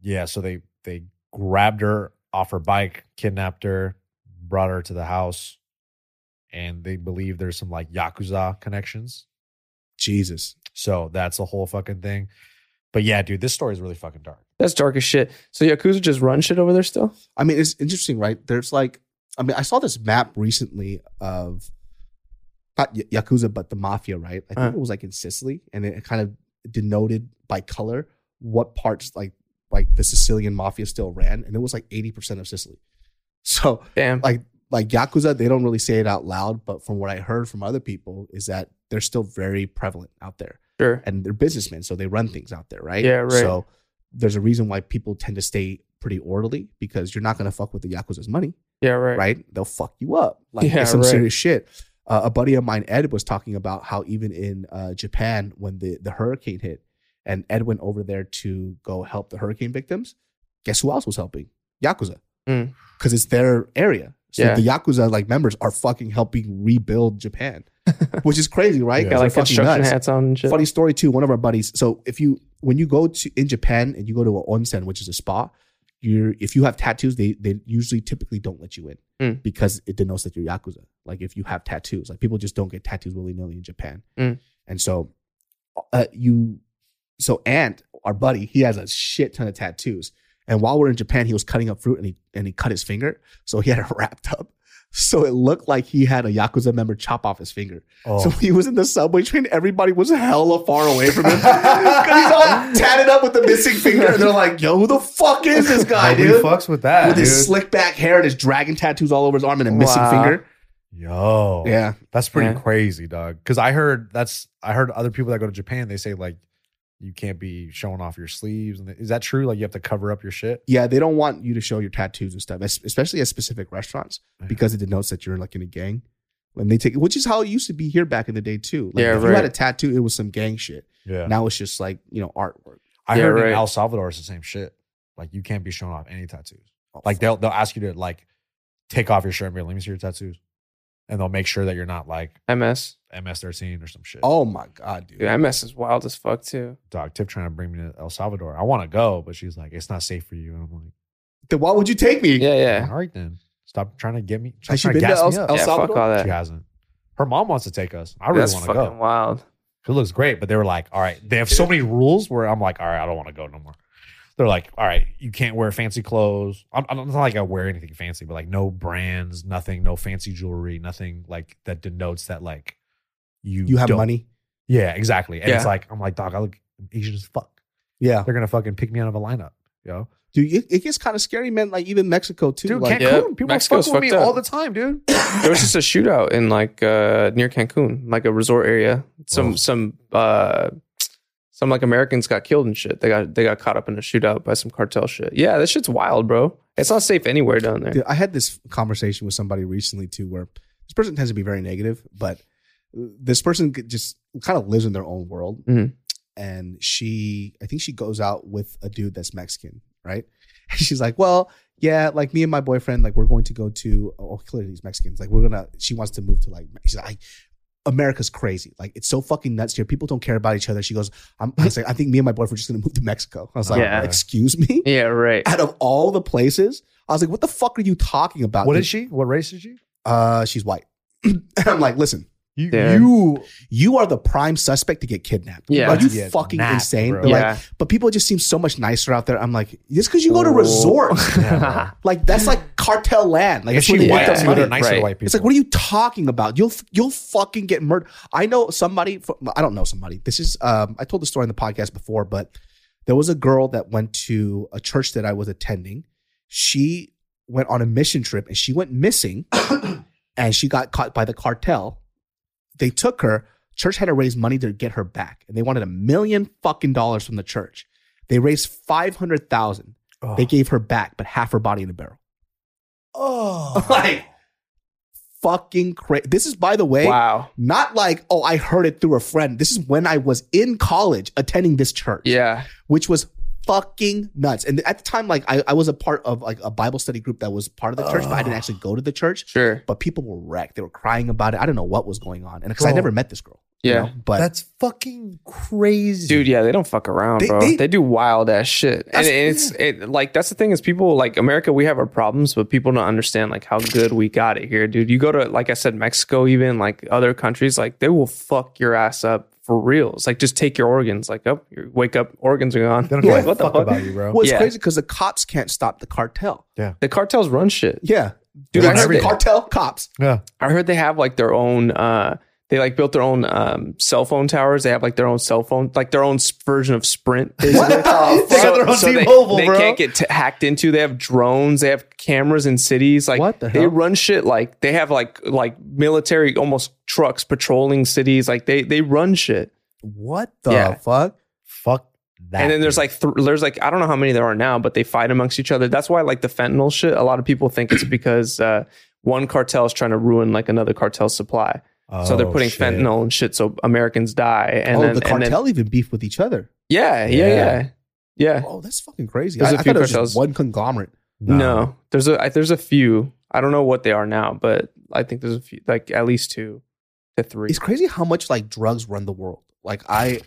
A: Yeah, so they they grabbed her off her bike, kidnapped her, brought her to the house, and they believe there's some like yakuza connections.
C: Jesus.
A: So that's the whole fucking thing. But yeah, dude, this story is really fucking dark.
B: That's dark as shit. So Yakuza just run shit over there still?
C: I mean, it's interesting, right? There's like, I mean, I saw this map recently of not y- Yakuza, but the mafia, right? I think
B: Uh.
C: it was like in Sicily, and it kind of denoted by color what parts like like the Sicilian mafia still ran, and it was like eighty percent of Sicily. So
B: Damn.
C: like like Yakuza, they don't really say it out loud, but from what I heard from other people is that they're still very prevalent out there
B: sure.
C: and they're businessmen, so they run things out there, right?
B: Yeah, right.
C: So there's a reason why people tend to stay pretty orderly because you're not gonna fuck with the yakuza's money,
B: Yeah, right.
C: right? They'll fuck you up, like
B: Yeah,
C: it's some
B: right.
C: serious shit. Uh, a buddy of mine, Ed, was talking about how even in uh, Japan, when the the hurricane hit, and Ed went over there to go help the hurricane victims, guess who else was helping? Yakuza,
B: Mm.
C: because it's their area. So
B: Yeah.
C: the Yakuza like members are fucking helping rebuild Japan, which is crazy, right?
A: Yeah.
C: They're
B: Got like
C: fucking
B: construction
C: nuts.
B: hats on and shit.
C: Funny story too. One of our buddies. So if you when you go to in Japan and you go to an onsen, which is a spa, you're if you have tattoos, they they usually typically don't let you in
B: Mm.
C: because it denotes that you're yakuza. Like if you have tattoos, like people just don't get tattoos willy nilly in Japan.
B: Mm.
C: And so uh, you, so Ant, our buddy, he has a shit ton of tattoos. And while we're in Japan, he was cutting up fruit and he and he cut his finger, so he had it wrapped up. So it looked like he had a yakuza member chop off his finger.
A: Oh.
C: So he was in the subway train. Everybody was hella far away from him. 'Cause he's all tatted up with the missing finger. And they're like, yo, who the fuck is this guy,
A: Nobody
C: dude?
A: fucks with that,
C: with his
A: dude.
C: slick back hair and his dragon tattoos all over his arm and a missing
B: Wow.
C: finger.
A: Yo,
C: Yeah.
A: that's pretty
B: Yeah.
A: crazy, dog. Because I heard that's I heard other people that go to Japan, they say like you can't be showing off your sleeves. And is that true? Like you have to cover up your shit.
C: Yeah, they don't want you to show your tattoos and stuff, es- especially at specific restaurants, because it denotes that you're like in a gang. And they take which is how it used to be here back in the day too. Like
B: Yeah,
C: if you had
B: right.
C: a tattoo, it was some gang shit.
A: Yeah,
C: Now it's just like, you know, artwork.
A: I
B: Yeah,
A: heard
B: right.
A: in El Salvador it's the same shit. Like you can't be showing off any tattoos. Like they'll they'll ask you to like take off your shirt and be like, let me see your tattoos, and they'll make sure that you're not like
B: MS.
A: MS thirteen or some shit.
C: Oh my god, dude.
B: Dude, MS is wild as fuck too.
A: dog, Tip trying to bring me to El Salvador. I want to go, but she's like, it's not safe for you. And I'm like,
C: Then why would you take me?
B: Yeah, yeah.
A: all right then, stop trying to get me. Stop
C: Has she
A: trying to
C: been to
A: gas
C: El,
A: me up.
C: El
B: yeah,
C: Salvador?
B: fuck all that.
A: She hasn't. Her mom wants to take us. I really
B: That's
A: want to
B: fucking
A: go.
B: wild.
A: It looks great, but they were like, all right, they have so many rules where I'm like, all right, I don't want to go no more. They're like, all right, you can't wear fancy clothes. I'm, I'm not like I wear anything fancy, but like no brands, nothing, no fancy jewelry, nothing like that denotes that like you
C: You have
A: don't-
C: money.
A: Yeah, exactly. And it's
B: Yeah.
A: like I'm like, dog, I look Asian as fuck.
C: Yeah.
A: They're gonna fucking pick me out of a lineup, yo.
C: Dude, it, it gets kind of scary, man. Like even Mexico too.
A: Dude, Cancun,
C: like,
B: Yeah,
A: people
B: Mexico's
A: fuck with me
B: fucked up.
A: all the time, dude.
B: There was just a shootout in like uh near Cancun, like a resort area. Some
A: Whoa.
B: some uh some like Americans got killed and shit. They got they got caught up in a shootout by some cartel shit. Yeah, that shit's wild, bro. It's not safe anywhere down there.
C: Dude, I had this conversation with somebody recently too, where this person tends to be very negative, but this person could just kind of lives in their own world.
B: Mhm.
C: And she, I think she goes out with a dude that's Mexican, right? And she's like, well, yeah, like me and my boyfriend, like we're going to go to, oh, clearly he's Mexicans. Like we're gonna, she wants to move to like, she's like, I, America's crazy. Like it's so fucking nuts here. People don't care about each other. She goes, I'm, I was like, I think me and my boyfriend are just gonna move to Mexico. I was like,
B: Yeah.
C: excuse me?
B: Yeah, right.
C: out of all the places, I was like, "What the fuck are you talking about?"
A: What
C: dude?"
A: is she? What race is she?
C: Uh, she's white. And I'm like, "Listen,
A: You,
B: Dude.
A: you
C: you are the prime suspect to get kidnapped.
B: Yeah.
C: are you
A: Yeah,
C: fucking
A: not,
C: insane?"
A: bro.
C: They're
B: yeah.
C: Like, but people just seem so much nicer out there. I'm like, just because you go to
B: Whoa.
C: resort,
A: Yeah.
C: like that's like cartel land. Like
A: Like, if
C: that's
A: she
C: where you
B: white,
C: make
A: white,
C: the
B: that's
A: that's what
C: money.
A: they're nice to
B: Right.
A: white people.
C: It's like, what are you talking about? You'll you'll fucking get murdered. I know somebody. From, I don't know somebody. This is. Um, I told the story on the podcast before, but there was a girl that went to a church that I was attending. She went on a mission trip and she went missing, and she got caught by the cartel. They took her. Church had to raise money to get her back, and they wanted a million fucking dollars from the church. They raised five hundred thousand.
A: Oh.
C: They gave her back, but half her body in a barrel. Oh, like fucking crazy. This is, by the way,
B: wow.
C: not like oh, I heard it through a friend. This is when I was in college attending this church,
B: Yeah.
C: which was fucking nuts. And at the time, like I, I was a part of like a Bible study group that was part of the church, but I didn't actually go to the church.
B: Sure.
C: But people were wrecked. They were crying about it. I don't know what was going on, and because I
A: Bro.
C: never met this girl. you
B: Yeah.
C: know, but
A: That's fucking crazy,
B: Dude, yeah, they don't fuck around,
C: They-
B: bro.
C: they-
B: They, do wild ass shit, and
C: That's-
B: it's it like that's the thing is people like America, we have our problems, but people don't understand like how good we got it here, dude. You go to like I said, Mexico, even like other countries, like they will fuck your ass up for reals. Like just take your organs, like up, you wake up, organs are gone.
A: They don't give
B: Like,
A: a
B: what the
A: fuck
B: fuck?
A: about you, bro.
C: well, it's
B: Yeah.
C: crazy because the cops can't stop the cartel.
B: The cartels run shit,
C: Yeah,
B: dude.
A: They
B: I
A: run
B: heard,
C: every
B: they,
A: everything.
C: cartel cops.
A: yeah,
B: I heard they have like their own. uh they like built their own um, cell phone towers. They have like their own cell phone, like their own s- version of Sprint. basically.
A: they got their own T-Mobile,
B: they
A: bro.
B: can't get t- hacked into. They have drones. They have cameras in cities. Like
C: What the
B: they
C: hell?
B: run shit like they have like like military almost trucks patrolling cities. Like they they run shit.
C: What the
B: Yeah.
C: fuck?
A: fuck that.
B: and then there's
A: dude.
B: like th- there's like I don't know how many there are now, but they fight amongst each other. That's why like the fentanyl shit. A lot of people think it's because uh, one cartel is trying to ruin like another cartel's supply. so they're
A: Oh,
B: putting
A: shit.
B: fentanyl and shit so Americans die. And
C: oh,
B: then, and
C: the
B: then-
C: cartel even beef with each other.
B: yeah, yeah,
A: Yeah.
B: yeah, yeah.
C: Oh, that's fucking crazy. I,
B: There's
C: I
B: a few
C: thought it was just
B: cartels.
C: one conglomerate.
B: No, there's a I, there's a few. I don't know what they are now, but I think there's a few, like at least two to three.
C: It's crazy how much like drugs run the world. Like I,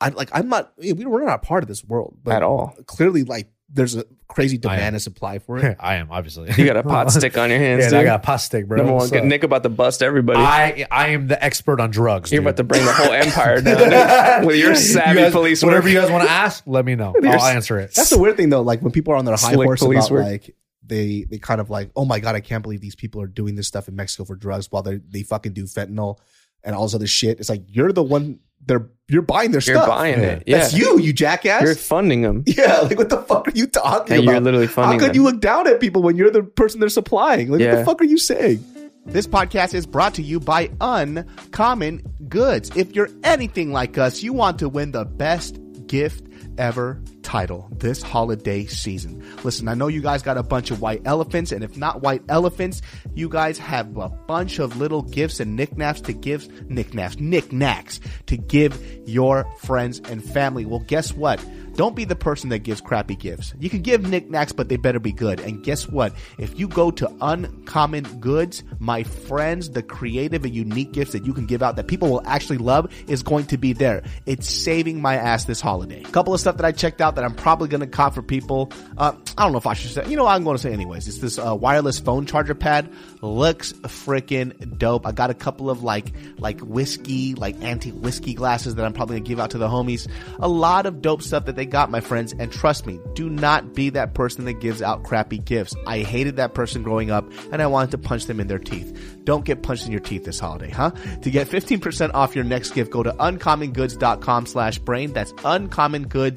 C: I like I'm not. eh, We we're not a part of this world but
B: at all.
C: Clearly, like there's a crazy
A: I am.
C: demand and supply for it.
A: I am obviously.
B: You got a pot stick on your hands,
A: Yeah,
B: dude.
A: I got a pot stick, bro.
B: Number one,
A: What's up?
B: Nick about to bust everybody.
A: I I am the expert on drugs.
B: You're
A: dude.
B: about to bring the whole empire down dude, with your savvy
A: You guys-
B: police work.
A: Whatever you guys want to ask, let me know.
B: Your
A: I'll
B: s-
A: answer it.
C: That's the weird thing though. Like when people are on their high
B: Slick
C: horse
B: police
C: about
B: work.
C: like they they kind of like, oh my god, I can't believe these people are doing this stuff in Mexico for drugs while they they fucking do fentanyl and all this other shit. It's like you're the one they're you're buying their
B: You're
C: stuff.
B: buying
A: Yeah.
B: it. Yeah.
C: That's you, you jackass.
B: You're funding them.
C: yeah, like what the fuck are you talking
B: And
C: about?
B: you're literally
C: How
B: funding
C: could
B: them.
C: you look down at people when you're the person they're supplying? Like what
B: Yeah.
C: the fuck are you saying?
F: This podcast is brought to you by Uncommon Goods. If you're anything like us, you want to win the best gift ever title this holiday season. Listen, I know you guys got a bunch of white elephants, and if not white elephants, you guys have a bunch of little gifts and knickknacks to give, knickknacks, knickknacks to give your friends and family. Well, guess what? Don't be the person that gives crappy gifts. You can give knickknacks, but they better be good. And guess what? If you go to Uncommon Goods, my friends, the creative and unique gifts that you can give out that people will actually love is going to be there. It's saving my ass this holiday. A couple of stuff that I checked out that I'm probably going to cop for people. Uh, I don't know if I should say, you know, what I'm going to say anyways. It's this uh, wireless phone charger pad. Looks freaking dope. I got a couple of like, like whiskey, like anti-whiskey glasses that I'm probably going to give out to the homies. A lot of dope stuff that they got, my friends. And trust me, do not be that person that gives out crappy gifts. I hated that person growing up and I wanted to punch them in their teeth. Don't get punched in your teeth this holiday, huh? To get 15% off your next gift, go to uncommongoods.com slash brain. That's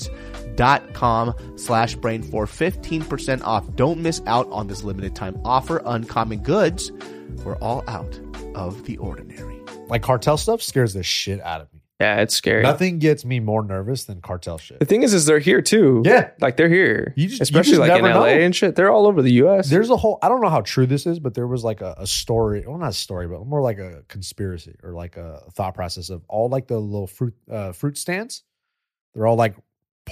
F: uncommongoods.com slash brain for 15% off. Don't miss out on this limited time offer. Uncommon Goods, we're all out of the ordinary.
A: like cartel stuff scares the shit out of me.
B: Yeah, it's scary.
A: Nothing gets me more nervous than cartel shit.
B: The thing is, is they're here too.
A: Yeah.
B: like they're here.
A: You just- you
B: especially
A: just
B: like in
A: never know.
B: LA and shit. They're all over the U.S.
A: There's a whole I don't know how true this is, but there was like a, a story, well not a story, but more like a conspiracy or like a thought process of all like the little fruit uh, fruit stands. They're all like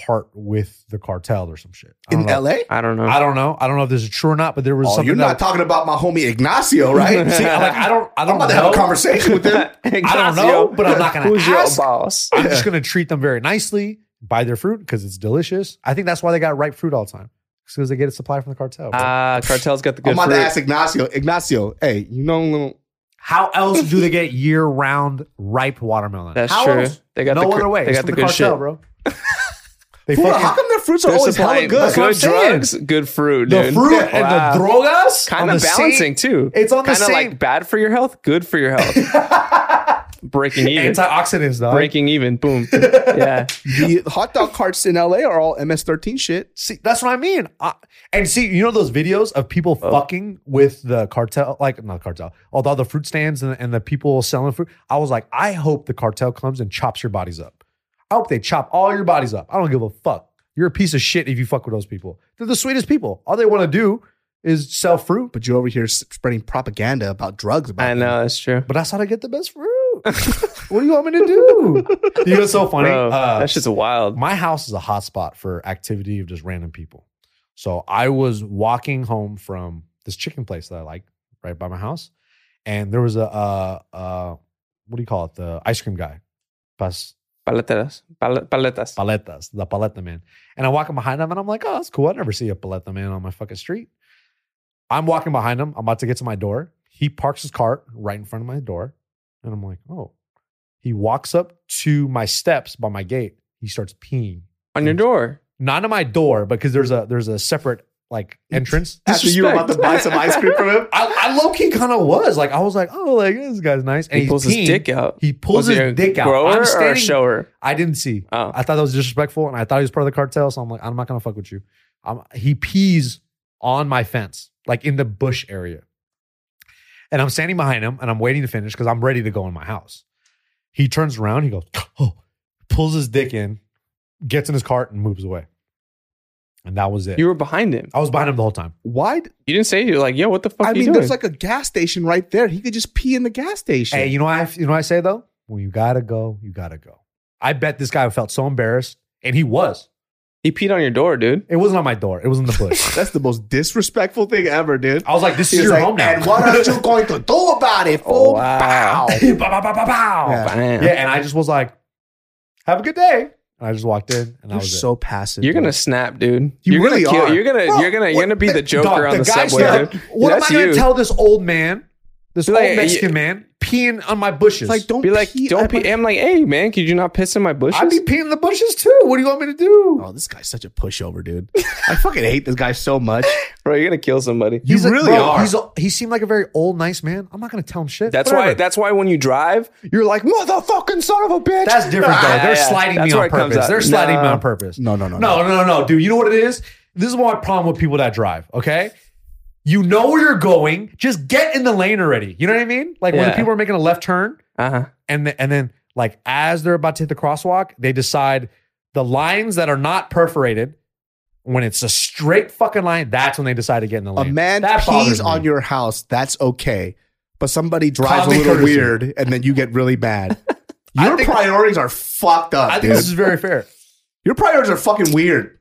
A: part with the cartel or some shit. I
C: In
A: don't know.
C: LA?
B: I don't know.
A: I don't know. I don't know if this is true or not, but there was
C: Oh,
A: something
C: you're not
A: that-
C: talking about my homie Ignacio, right?
A: See, I- like I don't I
C: I'm
A: don't
C: about to
A: know.
C: have a conversation with him.
A: I don't know, but I'm not gonna
B: Who's
A: ask.
B: your boss?
A: I'm just going to treat them very nicely, buy their fruit because it's delicious. I think that's why they got ripe fruit all the time because they get it supplied from the cartel. bro.
B: Ah, cartel's got the
A: Oh,
C: I'm
B: good
C: about
B: fruit.
C: to ask Ignacio. Ignacio, hey, you know, little-
A: How else do they get year round ripe watermelon?
B: That's
A: How
B: true.
A: else?
B: They got
A: no
B: the good-
A: other way.
B: They
A: It's
B: got
A: from the
B: the good
A: cartel,
B: shit.
A: bro. They
C: Fool, how
A: fucking
C: come their fruits
A: Oh,
C: are
B: They're
C: always hella
B: supplying
C: good?
A: That's what I'm
B: good
A: saying.
B: drugs, good fruit,
A: the
B: dude.
A: fruit
B: Wow.
A: and the drogas
B: kind
A: on
B: of
A: the same-
B: balancing too.
A: It's on the
B: kind of
A: same.
B: like bad for your health, good for your health. Breaking even.
A: antioxidants, dog.
B: Breaking even. Boom. yeah.
C: The hot dog carts in LA are all MS-13 shit.
A: See, that's what I mean. I, and see, you know those videos of people
B: Oh.
A: fucking with the cartel, like not cartel, although the fruit stands and, and the people selling fruit. I was like, I hope the cartel comes and chops your bodies up. I hope they chop all your bodies up. I don't give a fuck. You're a piece of shit if you fuck with those people. They're the sweetest people. All they want to do is sell fruit. But,
C: But you're over here s- spreading propaganda about drugs. About
B: I know that's true.
A: but that's how they get the best fruit. what do you want me to do? you know what's so funny?
B: Bro,
A: Uh,
B: that shit's wild.
A: my house is a hotspot for activity of just random people. So I was walking home from this chicken place that I like right by my house, and there was a uh, uh, what do you call it? The ice cream guy, pas
B: Paleteras. Pal- paletas.
A: paletas, the paleta man. And I'm walking behind him, and I'm like, oh, that's cool. I never see a paleta man on my fucking street. I'm walking behind him. I'm about to get to my door. He parks his cart right in front of my door, and I'm like, oh. He walks up to my steps by my gate. He starts peeing
B: On
A: Mm.
B: your door.
A: not on my door because there's a there's a separate like entrance.
C: After you were about to
B: Disrespect.
C: buy some ice cream from him.
A: I, I low key kind of was like I was like oh like this guy's nice and
B: he
A: he's
B: pulls his
A: peeing.
B: dick out.
A: He pulls
B: Was he a
A: his dick out.
B: Grower
A: I'm
B: or a
A: standing-
B: shower?
A: I didn't see.
B: Oh.
A: I thought that was disrespectful and I thought he was part of the cartel. So I'm like I'm not gonna fuck with you. I'm, he pees on my fence like in the bush area, and I'm standing behind him and I'm waiting to finish because I'm ready to go in my house. He turns around. He goes oh, pulls his dick in, gets in his cart and moves away. And that was it.
B: You were behind him.
A: I was behind him the whole time.
C: Why? d-
B: You didn't say you're like, yo, what the fuck?
C: I
B: you
C: mean,
B: doing?
C: there's like a gas station right there. He could just pee in the gas station.
A: Hey, you know what I, you know what I say though? When you gotta go, you gotta go. I bet this guy felt so embarrassed, and he was.
B: He peed on your door, dude.
A: It wasn't on my door. It was in the bush.
C: That's the most disrespectful thing ever, dude.
A: I was like, this is
C: He was
A: your
C: like,
A: home now.
C: And what are you going to do about it, fool?
B: wow.
A: Bow, bow, bow, bow, bow. Yeah.
B: Bam.
A: and I just was like, have a good day. And I just walked in and I
C: You're
A: was
C: so passive.
B: You're
C: dude.
B: gonna snap, dude.
C: You
B: are
C: really
B: gonna kill,
C: are.
B: You're gonna
A: Bro,
B: you're gonna
A: what-
B: you're gonna be the Joker
A: Dog,
B: on the,
A: guy
B: subway,
A: said,
B: dude.
A: What
B: That's
A: am I going
B: you.
A: to tell this old man, this
B: Like,
A: old Mexican man, peeing on my bushes?
C: It's like don't
B: Be like,
C: pee
B: don't
C: at
B: pee.
C: my-
B: I'm like, hey man, could you not piss in my bushes?
A: I'd be peeing in the bushes too. What do you want me to do?
C: Oh, this guy's such a pushover, dude. I fucking hate this guy so much.
B: Bro, you're gonna kill somebody.
A: He's
C: You
A: a-
C: really are.
A: He's a, he seemed like a very old, nice man. I'm not going to tell him shit.
B: That's why.
A: Whatever.
B: That's why when you drive, you're like motherfucking son of a bitch.
A: That's different though.
B: Yeah,
A: They're
B: yeah.
A: sliding
B: That's
A: me
B: where
A: on
B: it comes
A: purpose.
B: out.
A: They're sliding me
C: No.
A: on purpose.
C: No, no, no,
A: no, no, no, no, dude. You know what it is? This is my problem with people that drive. Okay, you know where you're going. Just get in the lane already. You know what I mean? Like when the
B: Yeah.
A: people are making a left turn,
B: Uh huh.
A: and the, and then like as they're about to hit the crosswalk, they decide the lines that are not perforated. When it's a straight fucking line, that's when they decide to get in the
C: A
A: lane.
C: man
A: that bothers
C: pees
A: me.
C: on your house. That's okay, but somebody drives
A: Common
C: a little
A: courtesy.
C: weird, and then you get really bad.
A: I
C: Your
A: think-
C: priorities are fucked up,
A: I think
C: dude.
A: this is very fair.
C: your priorities are fucking weird.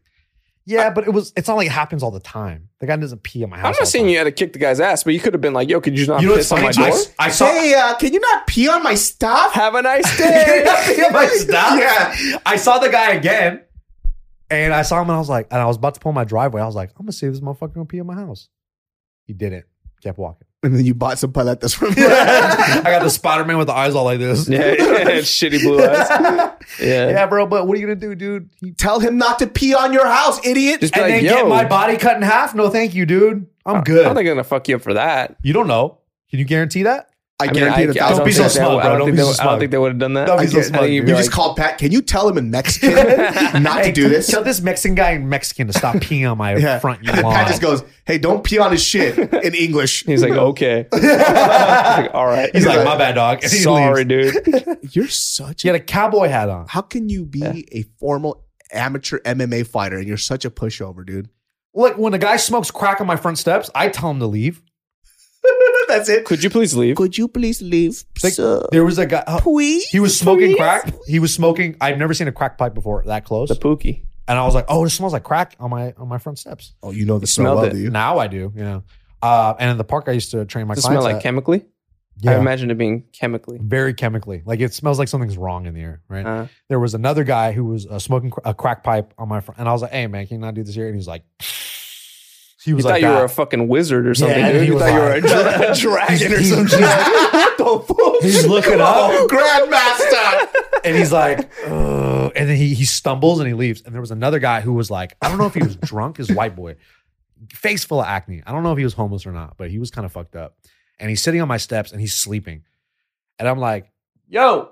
A: Yeah, but it was. It's not like it happens all the time. The guy doesn't pee on my house.
B: I'm
A: all
B: not
A: the
B: saying
A: time.
B: you had to kick the guy's ass, but you could have been like, yo, could you not
A: You know what's
B: piss on
A: funny?
B: my
A: I,
B: door?
A: I saw.
C: Say, uh, can you not pee on my stuff?
B: Have a nice day.
A: I stopped.
C: Yeah.
A: I saw the guy again, and I saw him, and I was like, and I was about to pull my driveway. I was like, I'm gonna see if this motherfucker gonna pee in my house. He didn't. Kept walking.
C: And then you bought some paletas from him.
A: I got the Spider Man with the eyes all like this.
B: yeah, yeah, shitty blue eyes.
A: yeah.
B: Yeah.
A: bro. But what are you gonna do, dude? He,
C: Tell him not to pee on your house, idiot.
B: Just be
A: and
B: like,
A: then
B: yo,
A: get my body cut in half? No, thank you, dude. I'm
B: I don't
A: good.
B: think they're gonna fuck you up for that.
A: you don't know. Can you guarantee that?
C: I,
B: mean,
C: guarantee it a
B: I
C: thousand
B: don't
A: Don't be so
B: think
C: percent.
B: they-
A: smug,
B: I
A: bro.
B: don't
A: Don't
B: think
A: be
B: they
A: so
B: would- I don't
A: smug.
B: think they would have done that.
A: Don't
B: I
A: be so
B: think- I
A: smug,
B: think
C: You
B: you'd
A: dude.
B: be
C: just
B: like,
C: called Pat. Can you tell him in Mexican not to do this?
A: Tell this Mexican guy in Mexican to stop peeing on my
C: Yeah.
A: front
C: And
A: lawn.
C: then Pat just goes, "Hey, don't pee on his shit" in English.
B: He's like, okay. He's like, all right.
A: He's like, my bad, dog. And he
B: sorry,
A: leaves.
B: dude.
C: "You're such
A: He
C: a
A: had a cowboy hat on.
C: how can you be a formal amateur MMA fighter and you're such a pushover, dude?"
A: Look, when a guy smokes crack on my front steps, I tell him to leave.
C: That's it.
B: Could you please leave?
E: Could you please leave,
A: Like,
E: sir?
A: There was a guy. oh,
E: Please?
A: He was smoking
E: please?
A: crack. He was smoking. I've never seen a crack pipe before that close.
B: The pookie.
A: And I was like, "Oh, it smells like crack on my on my front steps."
C: Oh, you know the
B: smelled
C: smell well,
B: it.
C: do you?
A: Now I do, you know. Uh, and in the park, I used to train my
B: Does it smell
A: clients.
B: like
A: at-
B: chemically? I
A: yeah,
B: imagine it being chemically.
A: very chemically. Like it smells like something's wrong in the air, right?
B: Uh,
A: there was another guy who was uh, smoking cr- a crack pipe on my front, and I was like, "Hey, man, can you not do this here?" And he was like, "He
B: you
A: was
B: thought
A: like
B: you
A: that.
B: were a fucking wizard or something,
A: Yeah,
B: dude.
A: he
B: You
A: was
B: thought you were a
A: like-
B: dra- a
C: Dragon
B: dragon.
C: or
A: He's-
C: some shit. What the fuck?
A: He's looking up.
C: Oh, grandmaster.
A: and he's like, Ugh. and then he he stumbles and he leaves. And there was another guy who was like, I don't know if he was drunk, his white boy, face full of acne. I don't know if he was homeless or not, but he was kind of fucked up. And he's sitting on my steps and he's sleeping. And I'm like, yo,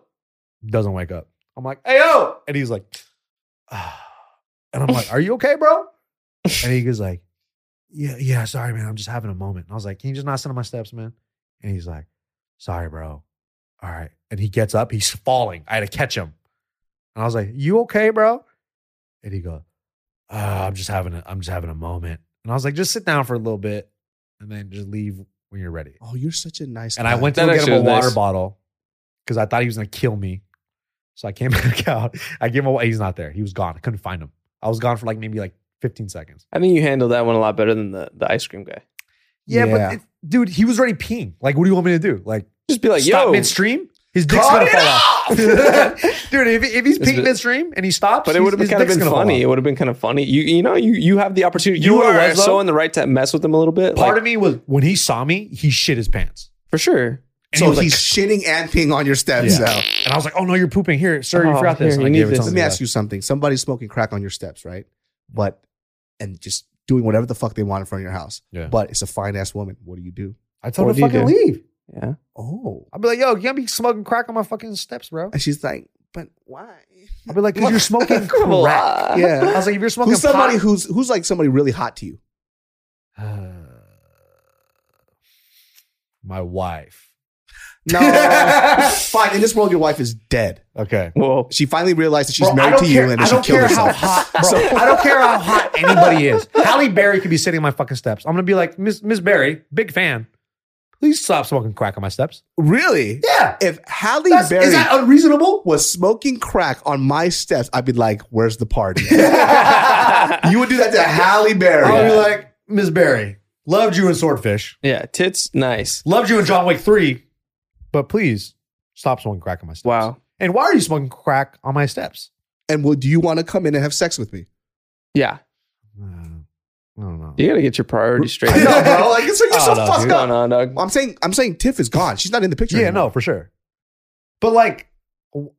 A: doesn't wake up. I'm like, hey yo, and he's like, "Ah." and I'm like, are you okay, bro? And he goes like, yeah, yeah, sorry, man, I'm just having a moment. And I was like, can you just not sit on my steps, man? And he's like, sorry, bro. All right. And he gets up, he's falling. I had to catch him. And I was like, You okay, bro? And he goes, oh, I'm just having a I'm just having a moment. And I was like, just sit down for a little bit and then just leave when you're ready.
C: Oh, you're such a nice.
A: And I
C: guy.
A: went to
B: That
A: go get
B: actually
A: him a
B: was nice.
A: water bottle because I thought he was gonna kill me. So I came back out. I gave him away. He's not there. He was gone. I couldn't find him. I was gone for like maybe like 15 seconds.
B: I think you handled that one a lot better than the, the ice cream guy.
A: Yeah,
C: Yeah.
A: but it- dude, he was already peeing. Like, what do you want me to do? Like,
B: Just be like,
A: stop
B: yo.
A: midstream? His dick's
C: Cut
A: gonna
C: it
A: fall off. dude, if, if he's
B: It's
A: peeing
B: been-
A: midstream and he stops,
B: But it
A: he's-
B: would have been
A: his
B: kind of
A: dick's
B: been
A: gonna fall
B: funny. It
A: off.
B: would have been kind of funny. You you know you you have the opportunity.
A: You know
B: You,
A: what it
B: are
A: was, though?
B: so in the right to mess with them a little bit.
A: Part
B: like,
A: of me was when he saw me, he shit his pants.
B: for sure.
A: And he
C: So
A: was like,
C: he's shitting and peeing on your steps.
A: Yeah.
C: now.
A: and I was like, "Oh no, you're pooping here, sir. you
B: Oh,
A: forgot
B: here,
A: this." And I
B: you
A: gave
B: need
A: it
B: this.
A: to
C: Let
A: him.
C: me ask you something. Somebody's smoking crack on your steps, right? But and just doing whatever the fuck they want in front of your house.
A: Yeah.
C: But it's a fine ass woman. What do you do?
A: I told
B: What
A: him
B: do
A: to
B: you
A: fucking
B: do?
A: leave.
B: Yeah.
C: Oh.
A: I'd be like, "Yo, you can't be smoking crack on my fucking steps, bro."
C: And she's like, but why?
A: I'd be like, "Cause you're smoking
B: Well,
A: crack."
B: uh,
C: Yeah.
A: I was like, "If you're smoking
C: Who's somebody
A: pot-
C: who's who's like somebody really hot to you?
A: my wife."
C: No. Fine. In this world, your wife is dead.
A: Okay.
B: Whoa.
C: She finally realized that she's
A: Bro, I
C: married
A: don't
C: to you
A: care,
C: and
A: I
C: that she
A: don't
C: killed
A: care
C: herself.
A: how hot, bro. I don't care how hot anybody is. Halle Berry could be sitting on my fucking steps. I'm gonna be like, Miss Miss Berry, big fan. Please stop smoking crack on my steps.
C: Really?
A: Yeah.
C: If Halle
A: That's-
C: Berry
A: is that unreasonable?
C: was smoking crack on my steps, I'd be like, "Where's the party?" you would do that to Halle Berry.
A: I'll be like, Miss Berry, loved you in Swordfish,
B: Yeah, tits, nice.
A: loved you in John Wick 3, but please stop smoking crack on my steps.
B: Wow.
A: And why are you smoking crack on my steps?
C: and well, do you want to come in and have sex with me?
B: Yeah,
A: Uh, I don't know.
B: you gotta get your priorities straight.
C: I know, bro. Like, it's like you're
A: I
C: so
A: don't know,
C: fucked
A: dude.
C: up.
B: What's going on, dog?
C: I'm saying, I'm saying, Tiff is gone. She's not in the picture.
A: Yeah,
C: anymore.
A: no, for sure. But like, w-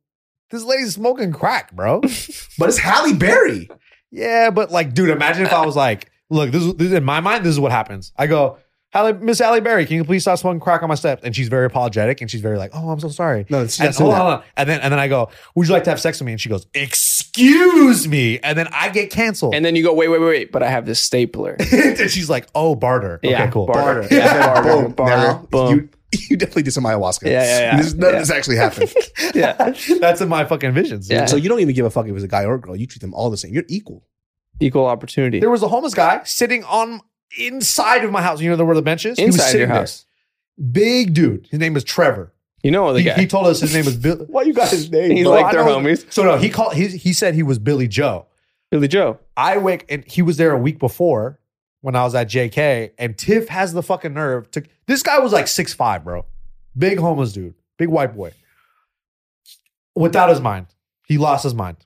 A: this lady's smoking crack, bro.
C: But it's Halle Berry.
A: yeah, but like, dude, imagine if I was like, look, this, is- this in my mind, this is what happens. I go, Halle, Miss Halle Berry, can you please stop smoking crack on my steps? And she's very apologetic, and she's very like, oh, I'm so sorry.
C: No, it's
A: And,
C: not
A: hold on,
C: that.
A: hold on. and then and then I go, would you like to have sex with me? And she goes, excuse me. And then I get canceled.
B: And then you go, wait, wait, wait, wait, but I have this stapler.
A: and she's like, oh, barter.
B: Yeah,
A: okay, cool.
B: barter.
C: Barter.
B: Yeah, barter,
C: Boom.
B: barter,
C: Now,
B: boom.
C: You, you definitely did some ayahuasca.
B: Yeah, yeah, yeah.
C: This, none
B: Yeah.
C: of this actually happened.
B: yeah,
A: That's in my fucking visions. dude.
B: Yeah.
C: so you don't even give a fuck if it was a guy or a girl. You treat them all the same. You're equal.
B: equal opportunity
A: There was a homeless guy sitting on inside of my house. You know where the bench is? He was
B: inside
A: sitting
B: your
A: there.
B: house.
A: Big dude. His name was Trevor.
B: You know the
A: He,
B: guy.
A: he told us his name was Bill.
C: Why you got his name?
B: He's
A: No,
B: like
A: I
B: their
A: know-
B: homies.
A: So no, he called. He, he said he was Billy Joe.
B: Billy Joe.
A: I wake and he was there a week before when I was at JK. And Tiff has the fucking nerve to. This guy was like six five, bro. Big homeless dude. Big white boy. Without his mind, he lost his mind.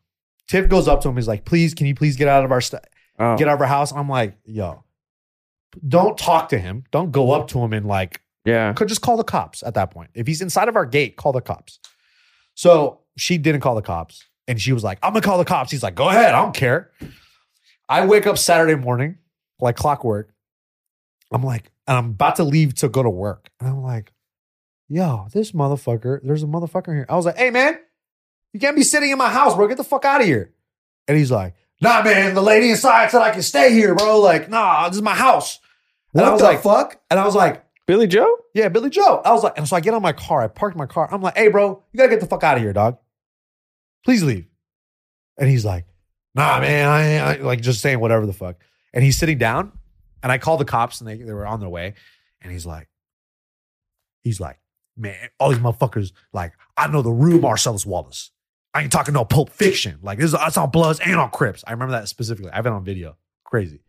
A: Tiff goes up to him. He's like, "Please, can you please get out of our st-
B: Oh.
A: get out of our house. I'm like, yo, don't talk to him. Don't go up to him and like,
B: Yeah.
A: could just call the cops at that point. If he's inside of our gate, call the cops. So she didn't call the cops. And she was like, I'm gonna call the cops. He's like, go ahead. I don't care. I wake up Saturday morning, like clockwork. I'm like, and I'm about to leave to go to work. And I'm like, yo, this motherfucker, there's a motherfucker here. I was like, hey, man, you can't be sitting in my house, bro. Get the fuck out of here. And he's like, nah, man, the lady inside said I can stay here, bro. Like, nah, this is my house. And I
C: What
A: was
C: the
A: like,
C: fuck?
A: and I was like,
B: Billy Joe?
A: yeah, Billy Joe. I was like, and so I get on my car, I parked my car. I'm like, hey, bro, you gotta get the fuck out of here, dog. Please leave. And he's like, nah, man, I, I like just saying whatever the fuck. And he's sitting down, and I call the cops, and they, they were on their way. And he's like, he's like, man, all these motherfuckers, like, I know the real Marcellus Wallace. I ain't talking no pulp fiction. Like, this is it's on Bloods and on Crips. I remember that specifically. I have it on video. Crazy.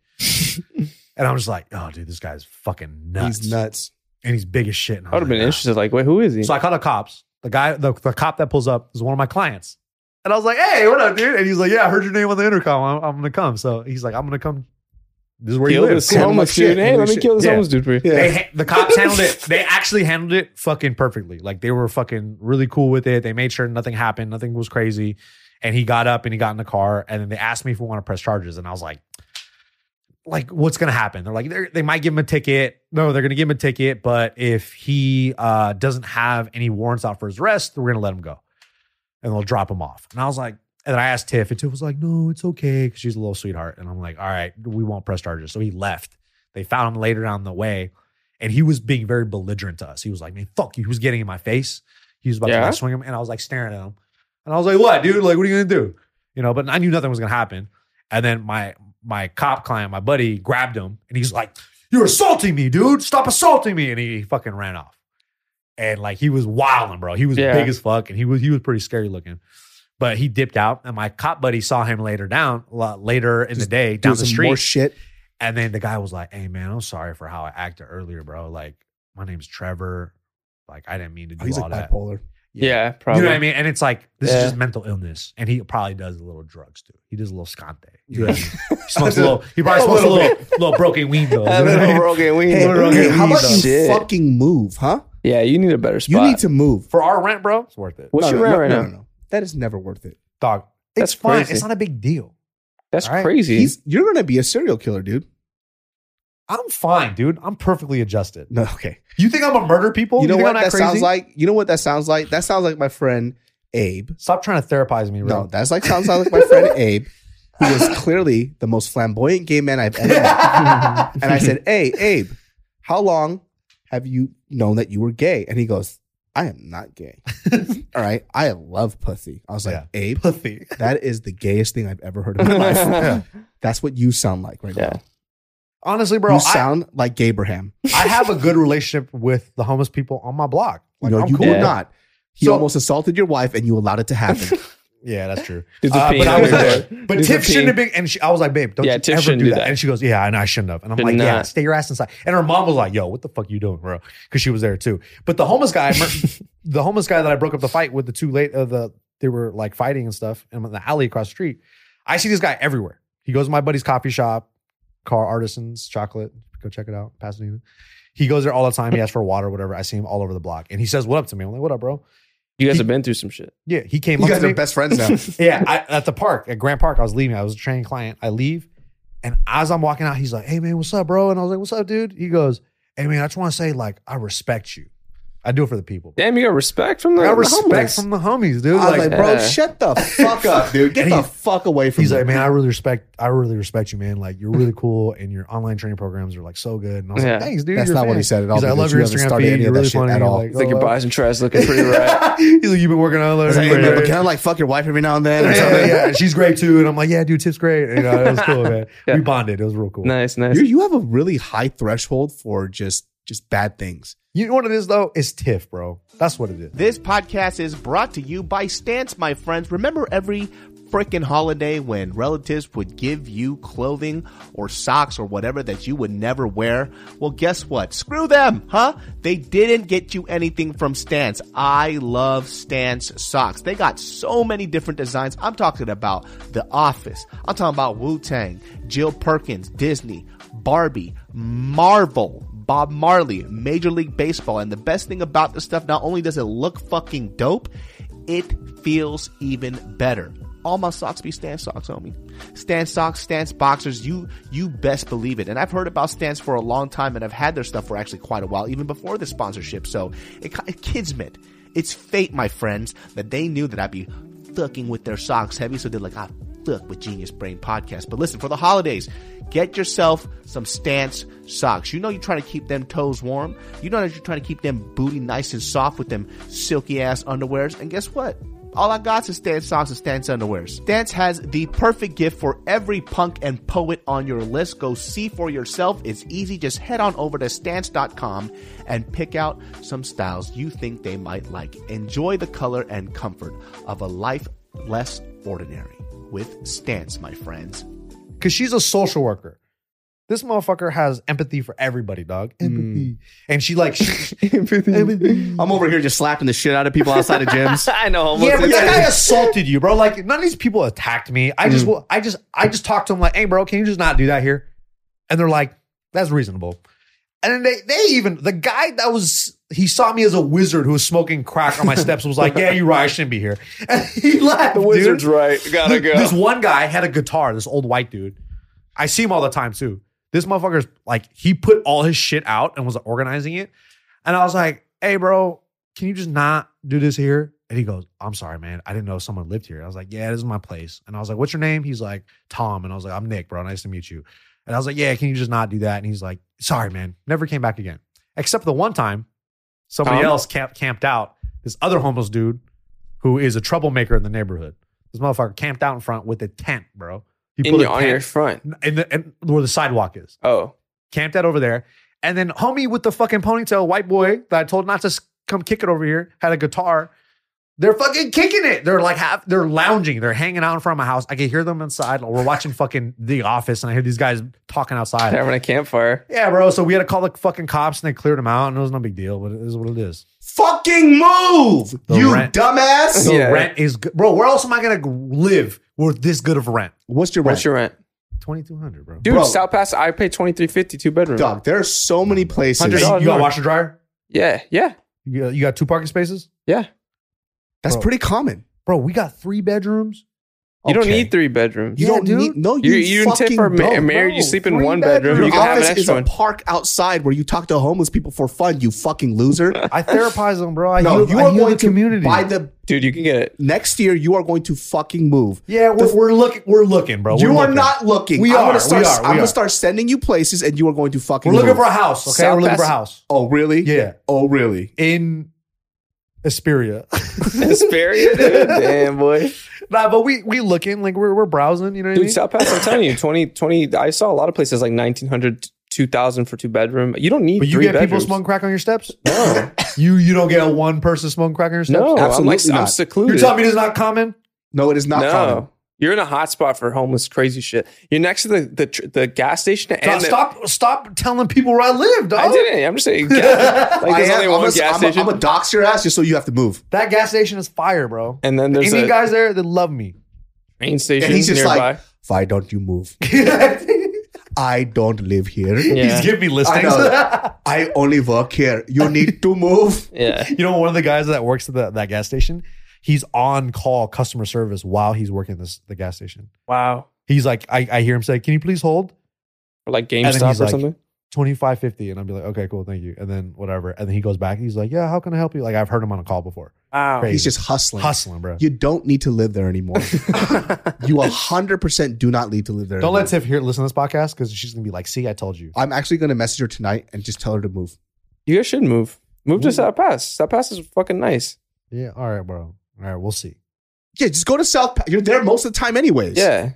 A: and I'm just like, oh, dude, this guy's fucking nuts
C: He's nuts.
A: and he's big as shit. And
B: I would have been
A: Oh, like,
B: interested. Like, wait, who is he?
A: "Nah." So I called the cops. The guy, the, the cop that pulls up is one of my clients. And I was like, hey, what up, dude? And he's like, yeah, I heard your name on the intercom. I'm, I'm going to come. So he's like, I'm going to come. This is where
B: kill
A: you live.
B: this
C: Cool.
B: homeless
C: Shit,
B: dude. Hey,
C: homeless
B: let me
C: shit.
B: kill this
A: Yeah.
B: homeless dude for you.
A: They ha- the cops handled it. They actually handled it fucking perfectly. Like they were fucking really cool with it. They made sure nothing happened, nothing was crazy. And he got up and he got in the car, and then they asked me if we want to press charges, and I was like, like what's gonna happen? They're like they're, they might give him a ticket. No, they're gonna give him a ticket, but if he uh, doesn't have any warrants out for his arrest, we're gonna let him go, and they'll drop him off. And I was like. And then I asked Tiff, and Tiff was like, "No, it's okay," because she's a little sweetheart. And I'm like, "All right, we won't press charges." So he left. They found him later down the way, and he was being very belligerent to us. He was like, man, fuck you. He was getting in my face. He was about
B: Yeah?
A: to like, swing him. And I was like staring at him. And I was like, what, dude? Like, what are you gonna do? You know, but I knew nothing was gonna happen. And then my my cop client, my buddy, grabbed him and he's like, You're assaulting me, dude. Stop assaulting me. And he fucking ran off. And like he was wilding, bro. He was
B: Yeah.
A: big as fuck. And he was he was pretty scary looking. But he dipped out, and my cop buddy saw him later down, la- later in
C: Just
A: the day,
C: Doing
A: down the
C: some
A: street.
C: more shit.
A: And then the guy was like, "Hey man, I'm sorry for how I acted earlier, bro. Like, my name's Trevor. Like, I didn't mean to do
C: Oh, he's
A: all
C: like
A: that.
C: bipolar.
B: Yeah, probably.
A: You know what I mean? And it's like this
B: Yeah.
A: is just mental illness, and he probably does a little drugs too. He does a little scante. You know
C: Yeah.
A: what I mean? He smokes a little. He probably smokes a little, little broken weed though. You know
B: Have a
A: what I
B: little
A: mean?
B: broken wing.
C: Hey,
A: Little
C: hey,
A: broken
C: how
A: weed,
C: about
A: though.
C: you
B: Shit.
C: fucking move, huh?
B: Yeah, you need a better
C: You
B: spot.
C: need to move.
A: For our rent, bro, it's worth it.
B: What's
C: No,
B: your rent
C: no, no,
B: right
C: no,
B: now?
C: no, no. That is never worth it.
A: Dog,
B: That's
A: it's fine.
B: crazy.
A: It's not a big deal.
B: That's
A: All right.
B: crazy.
C: He's you're gonna be a serial killer, dude.
A: I'm fine, dude. I'm perfectly adjusted.
C: No, okay.
A: You think I'm gonna murder people?
C: you know
A: think
C: what
A: I'm Oh, not
C: that
A: crazy?
C: sounds like? You know what that sounds like? That sounds like my friend Abe.
A: Stop trying to therapize me, bro.
C: No, that's like sounds like my friend Abe, who was clearly the most flamboyant gay man I've ever met. and I said, "Hey, Abe, how long have you known that you were gay?" And he goes, "I am not gay. All right, I love pussy." I was like,
A: Yeah.
C: "Abe,
A: Pussy.
C: that is the gayest thing I've ever heard in my life. That's what you sound like right
B: Yeah.
C: now."
A: honestly, bro,
E: you
A: I,
E: sound like Gabraham.
A: I have a good relationship with the homeless people on my block. Like,
E: no,
A: I'm
E: you
A: cool.
E: did
B: Yeah.
E: not. He
A: So-
E: almost assaulted your wife, and you allowed it to happen.
A: Yeah, that's true.
B: Dudes are
A: Uh,
B: peeing
A: but I was
B: everywhere.
A: like, but
B: Dudes
A: Tiff
B: are
A: shouldn't have
B: peeing.
A: been. And she, I was like, babe, don't
B: Yeah,
A: you
B: Tiff
A: ever
B: shouldn't
A: do
B: do
A: that.
B: that.
A: And she goes, yeah, and I shouldn't have. And I'm
B: Should
A: like, yeah,
B: not.
A: stay your ass inside. And her mom was like, yo, what the fuck you doing, bro? Because she was there too. But the homeless guy, the homeless guy that I broke up the fight with, the two late, uh, the they were like fighting and stuff, and in the alley across the street, I see this guy everywhere. He goes to my buddy's coffee shop, Car Artisans Chocolate. Go check it out, Pasadena. He goes there all the time. He asks for water, whatever. I see him all over the block, and he says, "What up to me?" I'm like, "What up, bro?"
B: You guys
A: He-
B: have been through some shit.
A: Yeah, he came.
E: you
A: up
E: guys
A: to
E: are
A: me.
E: best friends now.
A: Yeah, I, at the park, at Grand Park, I was leaving. I was a trained client. I leave, and as I'm walking out, he's like, "Hey man, what's up, bro?" And I was like, "What's up, dude?" He goes, "Hey man, I just want to say like I respect you. I do it for the people.
B: Damn, you got respect from the,
A: I got
B: the
A: respect
B: homeless.
A: from the homies, dude.
E: I was like,
A: Like,
E: bro,
B: Yeah.
E: shut the fuck up, dude. Get
A: And
E: the
A: he's-
E: fuck away from
A: he's
E: me.
A: like, man, I really respect, I really respect you, man. Like you're really cool, and your online training programs are like so good. And I was
B: Yeah.
A: like, thanks, dude.
E: That's
A: You're a
E: not what
A: fan."
E: he said at all.
A: He's like, I
E: because
A: love
E: you
A: your
E: haven't
A: Instagram
E: started
A: feed.
E: any of
A: You're
E: that
A: really
E: shit
A: funny
E: at all.
A: Like,
B: I think
A: oh,
B: your
A: uh,
B: buys and trash looking pretty right.
A: He's like, you've been working on
E: I
A: it.
E: was like, hey, man, but
A: Yeah.
E: can I like fuck your wife every now and then? Or
A: yeah,
E: something?
A: yeah, yeah. she's great too. And I'm like, yeah, dude, Tip's great. You know, it was cool, man.
B: Yeah.
A: We bonded. It was real cool.
B: Nice, nice.
E: You, you have a really high threshold for just just bad things.
A: You know what it is though? It's Tiff, bro. That's what it is.
F: This podcast is brought to you by Stance, my friends. Remember every frickin' holiday when relatives would give you clothing or socks or whatever that you would never wear? Well, guess what? Screw them, huh? They didn't get you anything from Stance. I love Stance socks. They got so many different designs. I'm talking about The Office. I'm talking about Wu-Tang, Jill Perkins, Disney, Barbie, Marvel, Bob Marley, Major League Baseball. And the best thing about this stuff, not only does it look fucking dope, it feels even better. All my socks be Stan socks, homie. Stan socks, Stan's boxers. You you best believe it. And I've heard about Stans for a long time, and I've had their stuff for actually quite a while, even before the sponsorship. So it, ki- kismet. It's fate, my friends, that they knew that I'd be fucking with their socks heavy, so they're like, ah, fuck with Genius Brain Podcast. But listen, for the holidays, get yourself some Stance socks. You know you're trying to keep them toes warm. You know that you're trying to keep them booty nice and soft with them silky ass underwears. And guess what? All I got is Stance socks and Stance underwears. Stance has the perfect gift for every punk and poet on your list. Go see for yourself. It's easy. Just head on over to Stance.com and pick out some styles you think they might like. Enjoy the color and comfort of a life less ordinary with Stance, my friends.
A: Cause she's a social worker. This motherfucker has empathy for everybody, dog.
B: Hmm.
A: Empathy. And she like she-
E: I'm over here just slapping the shit out of people outside of gyms.
B: I know homeless.
A: Yeah, but that guy assaulted you, bro. Like none of these people attacked me. I
B: Hmm.
A: just will I just I just talked to him like, hey bro, can you just not do that here? And they're like, that's reasonable. And then they they even the guy that was he saw me as a wizard who was smoking crack on my steps was like, Yeah, you're right, I shouldn't be here. And he laughed.
B: the wizard's
A: dude.
B: right. Gotta go.
A: This one guy had a guitar, this old white dude. I see him all the time too. This motherfucker's like, he put all his shit out and was organizing it. And I was like, hey, bro, can you just not do this here? And he goes, I'm sorry, man. I didn't know someone lived here. I was like, yeah, this is my place. And I was like, what's your name? He's like, Tom. And I was like, I'm Nick, bro. Nice to meet you. And I was like, yeah, can you just not do that? And he's like, sorry, man. Never came back again. Except the one time somebody
B: Tom?
A: else camp- camped out, this other homeless dude who is a troublemaker in the neighborhood. This motherfucker camped out in front with a tent, bro. He
B: in
A: put
B: your, on your front.
A: in the in where the sidewalk is.
B: Oh,
A: Camped out over there, and then homie with the fucking ponytail, white boy that I told not to s- come kick it over here, had a guitar. They're fucking kicking it. They're like half. They're lounging. They're hanging out in front of my house. I can hear them inside. We're watching fucking The Office, and I hear these guys talking outside.
B: having a campfire.
A: Yeah, bro. So we had to call the fucking cops, and they cleared them out, and it was no big deal. But it is what it is.
E: Fucking move,
A: The
E: you
A: rent.
E: dumbass.
A: So
B: Yeah.
A: rent is good, bro. Where else am I gonna live with this good of rent?
E: What's your
B: What's
E: rent?
B: your rent,
A: Twenty two hundred, bro.
B: dude?
E: Bro.
B: South Pass. I pay twenty three fifty two bedroom.
E: Dog, there are so many
A: Hey,
E: places.
B: $100.
A: you got
B: more.
A: a washer dryer?
B: Yeah, yeah,
A: You got, you got two parking spaces,
B: yeah.
E: That's
A: Bro.
E: pretty common.
A: bro. We got three bedrooms.
B: You don't
E: Okay.
B: need three bedrooms.
E: You
A: Yeah,
E: don't
A: dude.
E: need no.
B: You,
E: You,
B: you and Tiff
E: fucking
B: are ma-
E: don't.
B: married. You
A: no.
B: sleep in
A: Three
B: one bedroom.
A: bedrooms.
B: You can have an
E: office is
B: extra
E: a
B: one.
E: park outside where you talk to homeless people for fun. You fucking loser.
A: I therapize them, bro. I
E: No,
A: heal,
E: you
A: I
E: are
A: heal
E: going
A: the community.
E: to by the
B: Dude, you can get it.
E: next year. You are going to fucking move.
A: yeah, we're,
E: the-
A: we're looking. We're looking, bro.
E: you
A: We're
E: are
A: looking.
E: not looking.
A: We
E: I'm
A: are,
E: Gonna
A: we
E: start,
A: are, we
E: I'm
A: are.
E: gonna start sending you places, and you are going to fucking.
A: We're looking
E: move.
A: for a house. Okay,
B: South
A: we're looking for a
B: Pass-
A: house.
E: Oh really?
A: Yeah,
E: Oh really?
A: in Asperia.
B: Hesperia, dude. Damn boy.
A: nah, but we we looking like we're we're browsing. You know what I mean?
B: Dude, South Pass, I'm telling you, 20, 20, I saw a lot of places like 1900 two thousand for two bedroom. You don't need
A: But you
B: three
A: get people
B: bedrooms.
A: smoking crack on your steps? No. you you don't get a one person smoking crack on your steps?
B: no,
C: Absolutely
B: I'm, like,
C: not.
B: I'm secluded.
A: You're telling me this is not common?
C: No, it is not
B: no.
C: common.
B: You're in a hot spot for homeless crazy shit. You're next to the the, tr- the gas station and
A: Stop, stop
B: the-
A: stop telling people where I live, dog.
B: I didn't. I'm just saying. Gas, like
C: I
B: there's
C: am-
B: only
C: I'm
B: one
C: a-
B: gas
C: I'm a-
B: station.
C: I'm a dox your ass just so you have to move.
A: That gas station is fire, bro.
B: and then
A: The
B: there's
A: Indian
B: a
A: guys there, they love me.
B: train station
C: And he's just
B: nearby.
C: like, why don't you move?
A: He's
C: I don't live here.
B: yeah.
A: giving me listings.
C: I know
A: you
C: I only work here. You need to move.
B: yeah.
A: know, one of the guys that works at the, that gas station, he's on call customer service while he's working this the gas station.
B: Wow.
A: He's like, I, I hear him say, "Can you please hold?"
B: Or like
A: then
B: GameStop or
A: he's like-
B: something.
A: 25 50 and i'd be like okay cool thank you and then whatever and then he goes back and he's like yeah how can i help you like i've heard him on a call before
B: Wow.
A: Crazy.
C: He's just hustling.
A: hustling bro
C: You don't need to live there anymore. you 100% do not need to live there.
A: don't
C: anymore.
A: let tiff hear listen to this podcast because she's gonna be like see i told you
C: I'm actually going to message her tonight and just tell her to move.
B: You guys should move. Move to South Pass. South Pass is fucking nice.
A: yeah all right bro all right we'll see
C: Yeah, just go to South. Pa- You're there most of the time, anyways.
B: Yeah.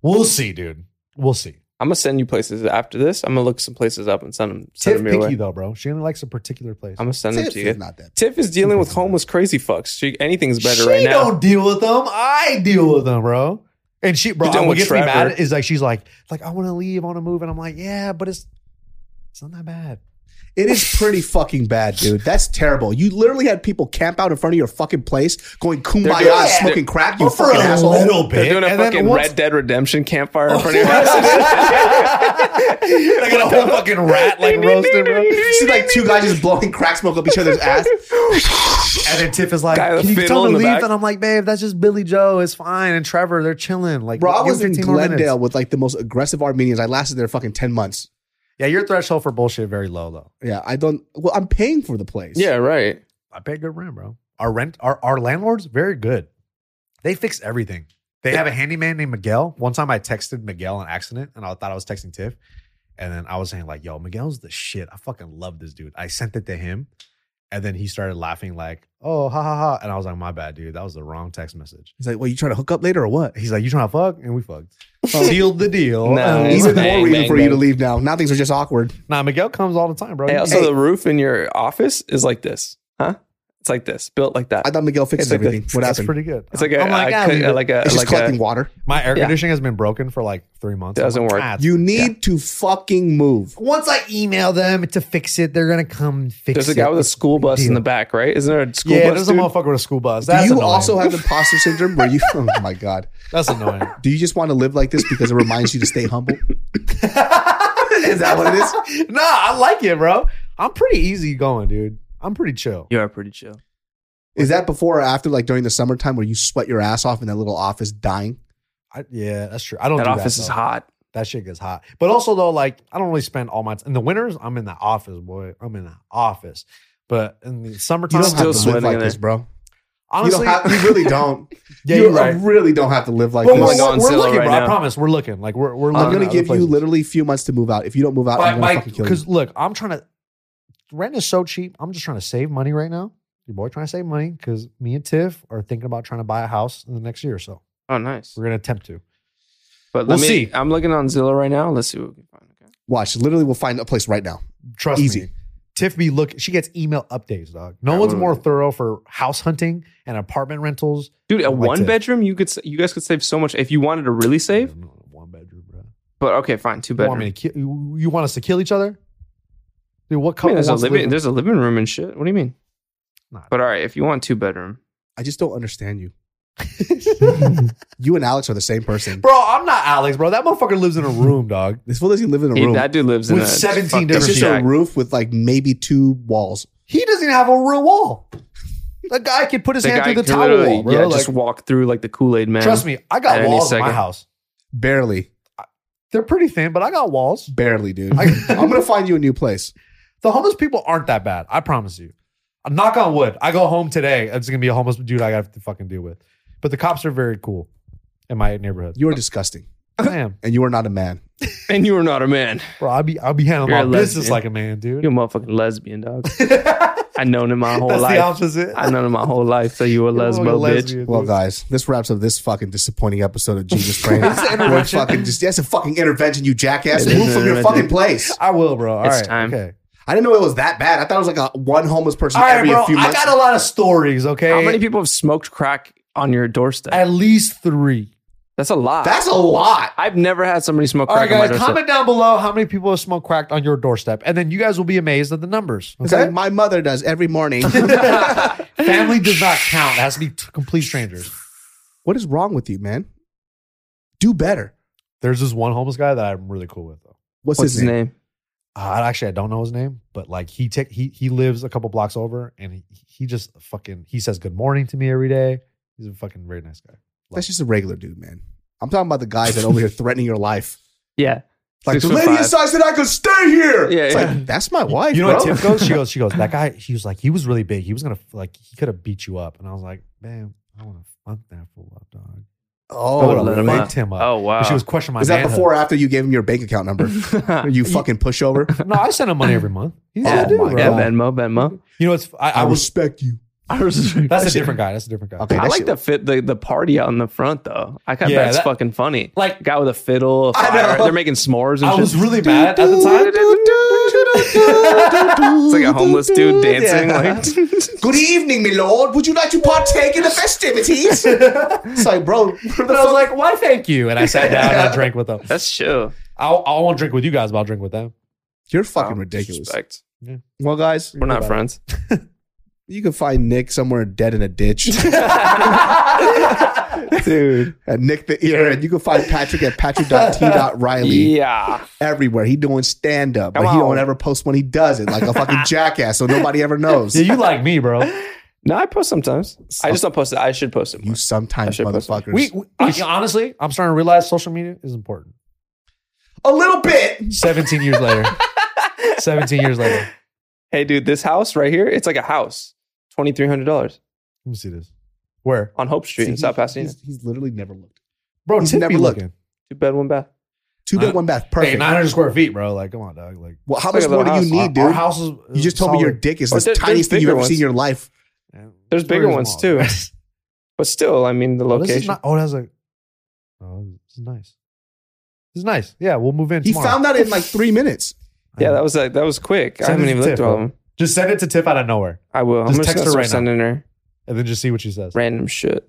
A: we'll see dude we'll see
B: I'm gonna send you places after this. I'm gonna look some places up and send them.
A: tiff
B: Send them your
A: picky
B: way.
A: though bro she only likes a particular place
B: I'm gonna send them
C: Tips
B: to
C: is
B: you.
C: not that.
B: Tiff is dealing with homeless crazy fucks. She, anything's better
A: she
B: right now.
A: don't deal with them i deal with them bro and she bro
B: You're done
A: what
B: with
A: gets me
B: Trevor.
A: mad is like she's like like i want to leave i want to move and i'm like yeah but it's it's not that bad
C: It is pretty fucking bad, dude. That's terrible. You literally had people camp out in front of your fucking place going kumbaya,
B: doing-
C: and smoking crack, you
A: But
C: fucking asshole.
B: They're doing a
A: and then
B: fucking
A: once- Oh,
B: Red Dead Redemption campfire in front of your house.
A: I got a whole fucking rat like roasted, bro.
C: See, like two guys just blowing crack smoke up each other's ass.
A: And then Tiff is like,
B: Guy with
A: "Can you
B: fiddle
A: tell him
B: in
A: to
B: the
A: leave?"
B: back.
A: And I'm like, "Babe, that's just Billy Joe. It's fine." And Trevor, they're chilling. Like,
C: Bro, I
A: give him
C: was in
A: 15 more minutes.
C: Glendale with like the most aggressive Armenians. I lasted there fucking 10 months.
A: Yeah, your threshold for bullshit very low though.
C: Yeah, I don't. Well, I'm paying for the place.
B: yeah, right.
A: I pay good rent, bro. Our rent, our our landlords, very good. They fix everything. They have a handyman named Miguel. One time, I texted Miguel an accident, and I thought I was texting Tiff, and then I was saying like, "Yo, Miguel's the shit. I fucking love this dude." I sent it to him, and then he started laughing like, "Oh, ha ha ha!" And I was like, "My bad, dude. That was the wrong text message."
C: He's like, well, you trying to hook up later or what?
A: He's like, "You trying to fuck?" And we fucked. Sealed the deal.
B: Nice.
A: And-
C: Even
B: Bang,
C: more reason
B: bang,
C: for you
B: bang.
C: to leave now. Now things are just awkward.
A: Nah, Miguel comes all the time, bro.
B: Hey,
A: He-
B: also
A: Hey,
B: the roof in your office is like this, huh? It's like this, built like that.
C: I thought Miguel fixed
B: It's like
C: everything.
B: the-
C: what
A: that's
C: happened?
A: pretty good.
B: it's like a,
A: I'm
B: a
A: "Ah,
B: co-
A: leave it."
B: like a
C: it's
B: like
C: just
B: uh,
C: collecting
B: a.
C: water.
A: my air
B: yeah.
A: conditioning has been broken for like three months. I'm
B: Doesn't
A: like,
B: work.
A: "Ah, it's
C: You
A: fine."
C: need to fucking move.
A: Once I email them to fix it, they're gonna come and fix
B: There's
A: it.
B: a guy with a school bus in the back, right? Isn't there a school
A: yeah,
B: bus?
A: there's
B: dude?
A: a motherfucker with a school bus.
C: Do
A: That's
C: you
A: annoying.
C: also have imposter syndrome where you, oh my God.
A: That's annoying.
C: Do you just want to live like this because it reminds you to stay humble? is that what it is?
A: nah, I like it, bro. I'm pretty easy going, dude. I'm pretty chill.
B: you are pretty chill.
C: Is that before or after, like during the summertime where you sweat your ass off in that little office dying?
A: I, yeah, that's true. I don't.
B: That
A: do
B: office
A: that,
B: is
A: though.
B: hot.
A: That shit gets hot. But also though, like I don't really spend all my time in the winters. I'm in the office, boy. I'm in the office. But in the
C: You
A: summertime,
C: don't have to live
B: sweating
C: like
B: in
C: this,
B: it.
C: bro.
A: honestly,
C: you, don't have, you really don't.
A: yeah,
C: you
A: you're right.
C: really don't have to live like
A: But
C: this.
A: we're,
B: going on
A: we're
B: sale
A: looking,
B: right
A: bro.
B: now.
A: I promise, we're looking. Like we're we're looking.
C: I'm
A: at
C: gonna
A: other
C: give you
A: places.
C: literally a few months to move out. If you don't move out, I'm gonna fucking kill you.
A: because look, I'm trying to rent is so cheap. I'm just trying to save money right now. Your boy trying to save money because me and Tiff are thinking about trying to buy a house in the next year or so.
B: Oh, nice.
A: We're gonna attempt to.
B: But let
A: We'll
B: me,
A: see.
B: I'm looking on Zillow right now. Let's see what we can find. Okay.
C: Watch, literally, we'll find a place right now.
A: Trust
C: Easy.
A: me. Tiff be look. She gets email updates, dog. No
B: Alright,
A: one's
B: what
A: more
B: about-
A: thorough for house hunting and apartment rentals.
B: Dude, a
A: I'd like
B: one
A: to-
B: bedroom, you could s- you guys could save so much if you wanted to really save.
A: Yeah, one bedroom, bro.
B: But okay, fine, two
A: You want me
B: bedroom.
A: to kill? You, you want us to kill each other? Dude, what
B: I mean,
A: couple
B: there's a
A: wants to live
B: living
A: in-
B: there's a living room and shit. What do you mean?
A: Nah.
B: But all right, if you want two bedroom,
C: I just don't understand you. you and Alex are the same person.
A: Bro, I'm not Alex, bro. That motherfucker lives in a room, dog.
C: This fool doesn't live in a
B: he,
C: room.
B: that dude lives in
A: With
B: a
A: 17
B: fucked up
C: it's
A: different
C: just
B: shack.
C: a roof with like maybe two walls.
A: He doesn't even have a real wall. The guy could put his
B: The
A: hand
B: guy
A: through the
B: could
A: towel
B: literally,
A: wall, bro.
B: yeah,
A: Like,
B: just walk through like the Kool Aid man.
A: Trust me, I
B: At
A: got
B: any
A: walls in my
B: second.
A: house.
C: Barely.
A: They're pretty thin, but I got walls.
C: Barely, dude. I,
A: I-
C: am gonna find you a new place.
A: The homeless people aren't that bad. I promise you. A knock on wood. I go home today. It's gonna be a homeless dude I have to fucking deal with. But the cops are very cool in my neighborhood.
C: You are disgusting.
A: I am,
C: And you are not a man.
B: and you are not a man.
A: bro. I'll be I'll be handling
B: You're a
A: my business
B: lesbian.
A: like a man,
B: You
A: dude.
B: a motherfucking lesbian dog. I known him my whole
A: That's the
B: life.
A: opposite.
B: I known him my whole life. So you a lesbo, bitch.
C: Well, guys, this wraps up this fucking disappointing episode of Jesus Brain. It's an intervention. Fucking just, that's a fucking intervention, you jackass.
B: It is
C: Move
B: an
C: from your
B: intervention.
C: fucking place.
A: I will, bro. All right,
B: It's time.
A: Okay.
C: I didn't know it was that bad. I thought it was like a one homeless person
A: All right,
C: every
A: bro.
C: few
A: I
C: months.
A: got a lot of stories. Okay.
B: How many people have smoked crack on your doorstep?
A: At least three.
B: That's a lot.
C: That's a lot.
B: I've never had somebody smoke
A: All right,
B: crack on my
A: guys.
B: doorstep.
A: Comment down below how many people have smoked crack on your doorstep, and then you guys will be amazed at the numbers.
C: It's
A: Okay.
C: like my mother does every morning.
A: Family does not count. It has to be t- complete strangers.
C: what is wrong with you, man? Do better.
A: There's this one homeless guy that I'm really cool with, though.
C: What's,
B: What's his name?
A: Uh, actually, I don't know his name, but like he take he he lives a couple blocks over, and he, he just fucking he says good morning to me every day. He's a fucking very nice guy.
C: That's just a regular dude, man. I'm talking about the guys that are over here threatening your life.
B: Yeah.
C: Like
B: Six
C: the
B: foot
C: lady
B: five.
C: inside said I could stay here.
B: Yeah,
C: it's
B: yeah.
C: like that's my wife,
A: you know
C: bro.
A: what Tiff goes? She goes, she goes, that guy, he was like, he was really big. He was gonna like he could have beat you up. And I was like, man, I wanna fuck that fool up, dog. I
C: oh,
A: would've
B: would've let him
A: licked
B: up.
A: him up.
B: Oh wow.
A: But she was questioning my
C: is that
A: manhood.
C: before or after you gave him your bank account number? you fucking pushover.
A: No, I send him money every month. He's
C: Oh
A: a good dude,
C: my Oh,
A: bro.
B: yeah, Venmo, Venmo.
A: You know, it's I, I was
C: respect you.
B: I was.
A: that's a different guy. That's a different guy.
C: Okay,
B: I
C: that
B: like
C: shit-
B: the fit the, the party out in the front though. I kind
A: Yeah,
B: that's
A: that-
B: fucking funny.
A: like-
B: guy with a fiddle, a
C: I
B: fire.
C: know.
B: They're making s'mores
A: I
B: and shit.
A: was really mad at the time.
B: it's like a homeless dude dancing. Like
C: Good evening, my lord. Would you like to partake in the festivities? it's like, bro,
A: But I was like, why thank you? And I sat down and I drank with them.
B: that's chill.
A: I, I won't drink with you guys, but I'll drink with them.
C: you're fucking
B: Wow,
C: ridiculous.
B: disrespect.
C: Well, guys,
B: We're not friends.
C: you can find Nick somewhere dead in a ditch. Dude. At Nick the Ear. And you can find Patrick at patrick.t.riley
B: Yeah.
C: everywhere. He doing stand-up, but
B: Come
C: he don't
B: on.
C: ever post when he does it, like a fucking jackass, so nobody ever knows.
A: Yeah, you like me, bro.
B: No, I post sometimes. I just don't post it. I should post it. More.
C: You sometimes
B: should post
C: motherfuckers.
A: We, we I- honestly, I'm starting to realize social media is important.
C: a little bit.
A: 17 years later. 17 years later. Let
B: Hey, dude, this house right here, it's like a house. Twenty three hundred dollars
A: me see this. Where?
B: on Hope Street in
C: See,
B: South
C: he-
B: Pasadena.
C: He's, he's literally never looked.
A: Bro,
C: He's
A: Tiff
C: never
A: be
C: looked.
A: looking.
B: Two bed, one bath.
C: Two
A: Huh?
C: big, one bath.
A: Hey,
C: Perfect.
A: 900 square feet, bro. Like, come on, dog. Like,
C: well, how
B: Look
C: much
B: at
C: more
B: the
C: do you
B: house. uh,
C: need, dude?
A: our house is.
C: you just told me your dick is
B: But
C: the
B: there-
C: tiniest
B: there's
C: thing you've
B: bigger
C: ever
B: ones.
C: seen in your life.
B: There's bigger ones too. but still, I mean the
A: Oh, this
B: location.
A: is not, oh, that's like. Oh, this is nice. This is nice. Yeah, we'll move in.
C: He
A: tomorrow.
C: found out in like three minutes.
B: yeah, that was like that was quick. I
A: Send it
B: haven't
A: to
B: even looked
A: Tiff,
B: through all of
A: bro.
B: them.
A: Just send it to Tiff out of nowhere
B: I will.
A: Just
B: I'm just
A: text
B: gonna
A: her
B: start
A: right now.
B: sending her
A: and then just see what she says.
B: random shit.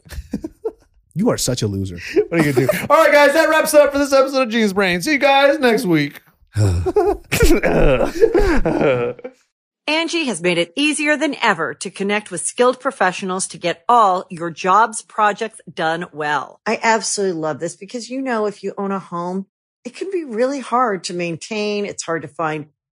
C: You are such a loser.
A: What are you going to do? All right, guys, that wraps up for this episode of Genius Brain. See you guys next week.
D: Angie has made it easier than ever to connect with skilled professionals to get all your jobs projects done well. I absolutely love this because, you know, if you own a home, it can be really hard to maintain. It's hard to find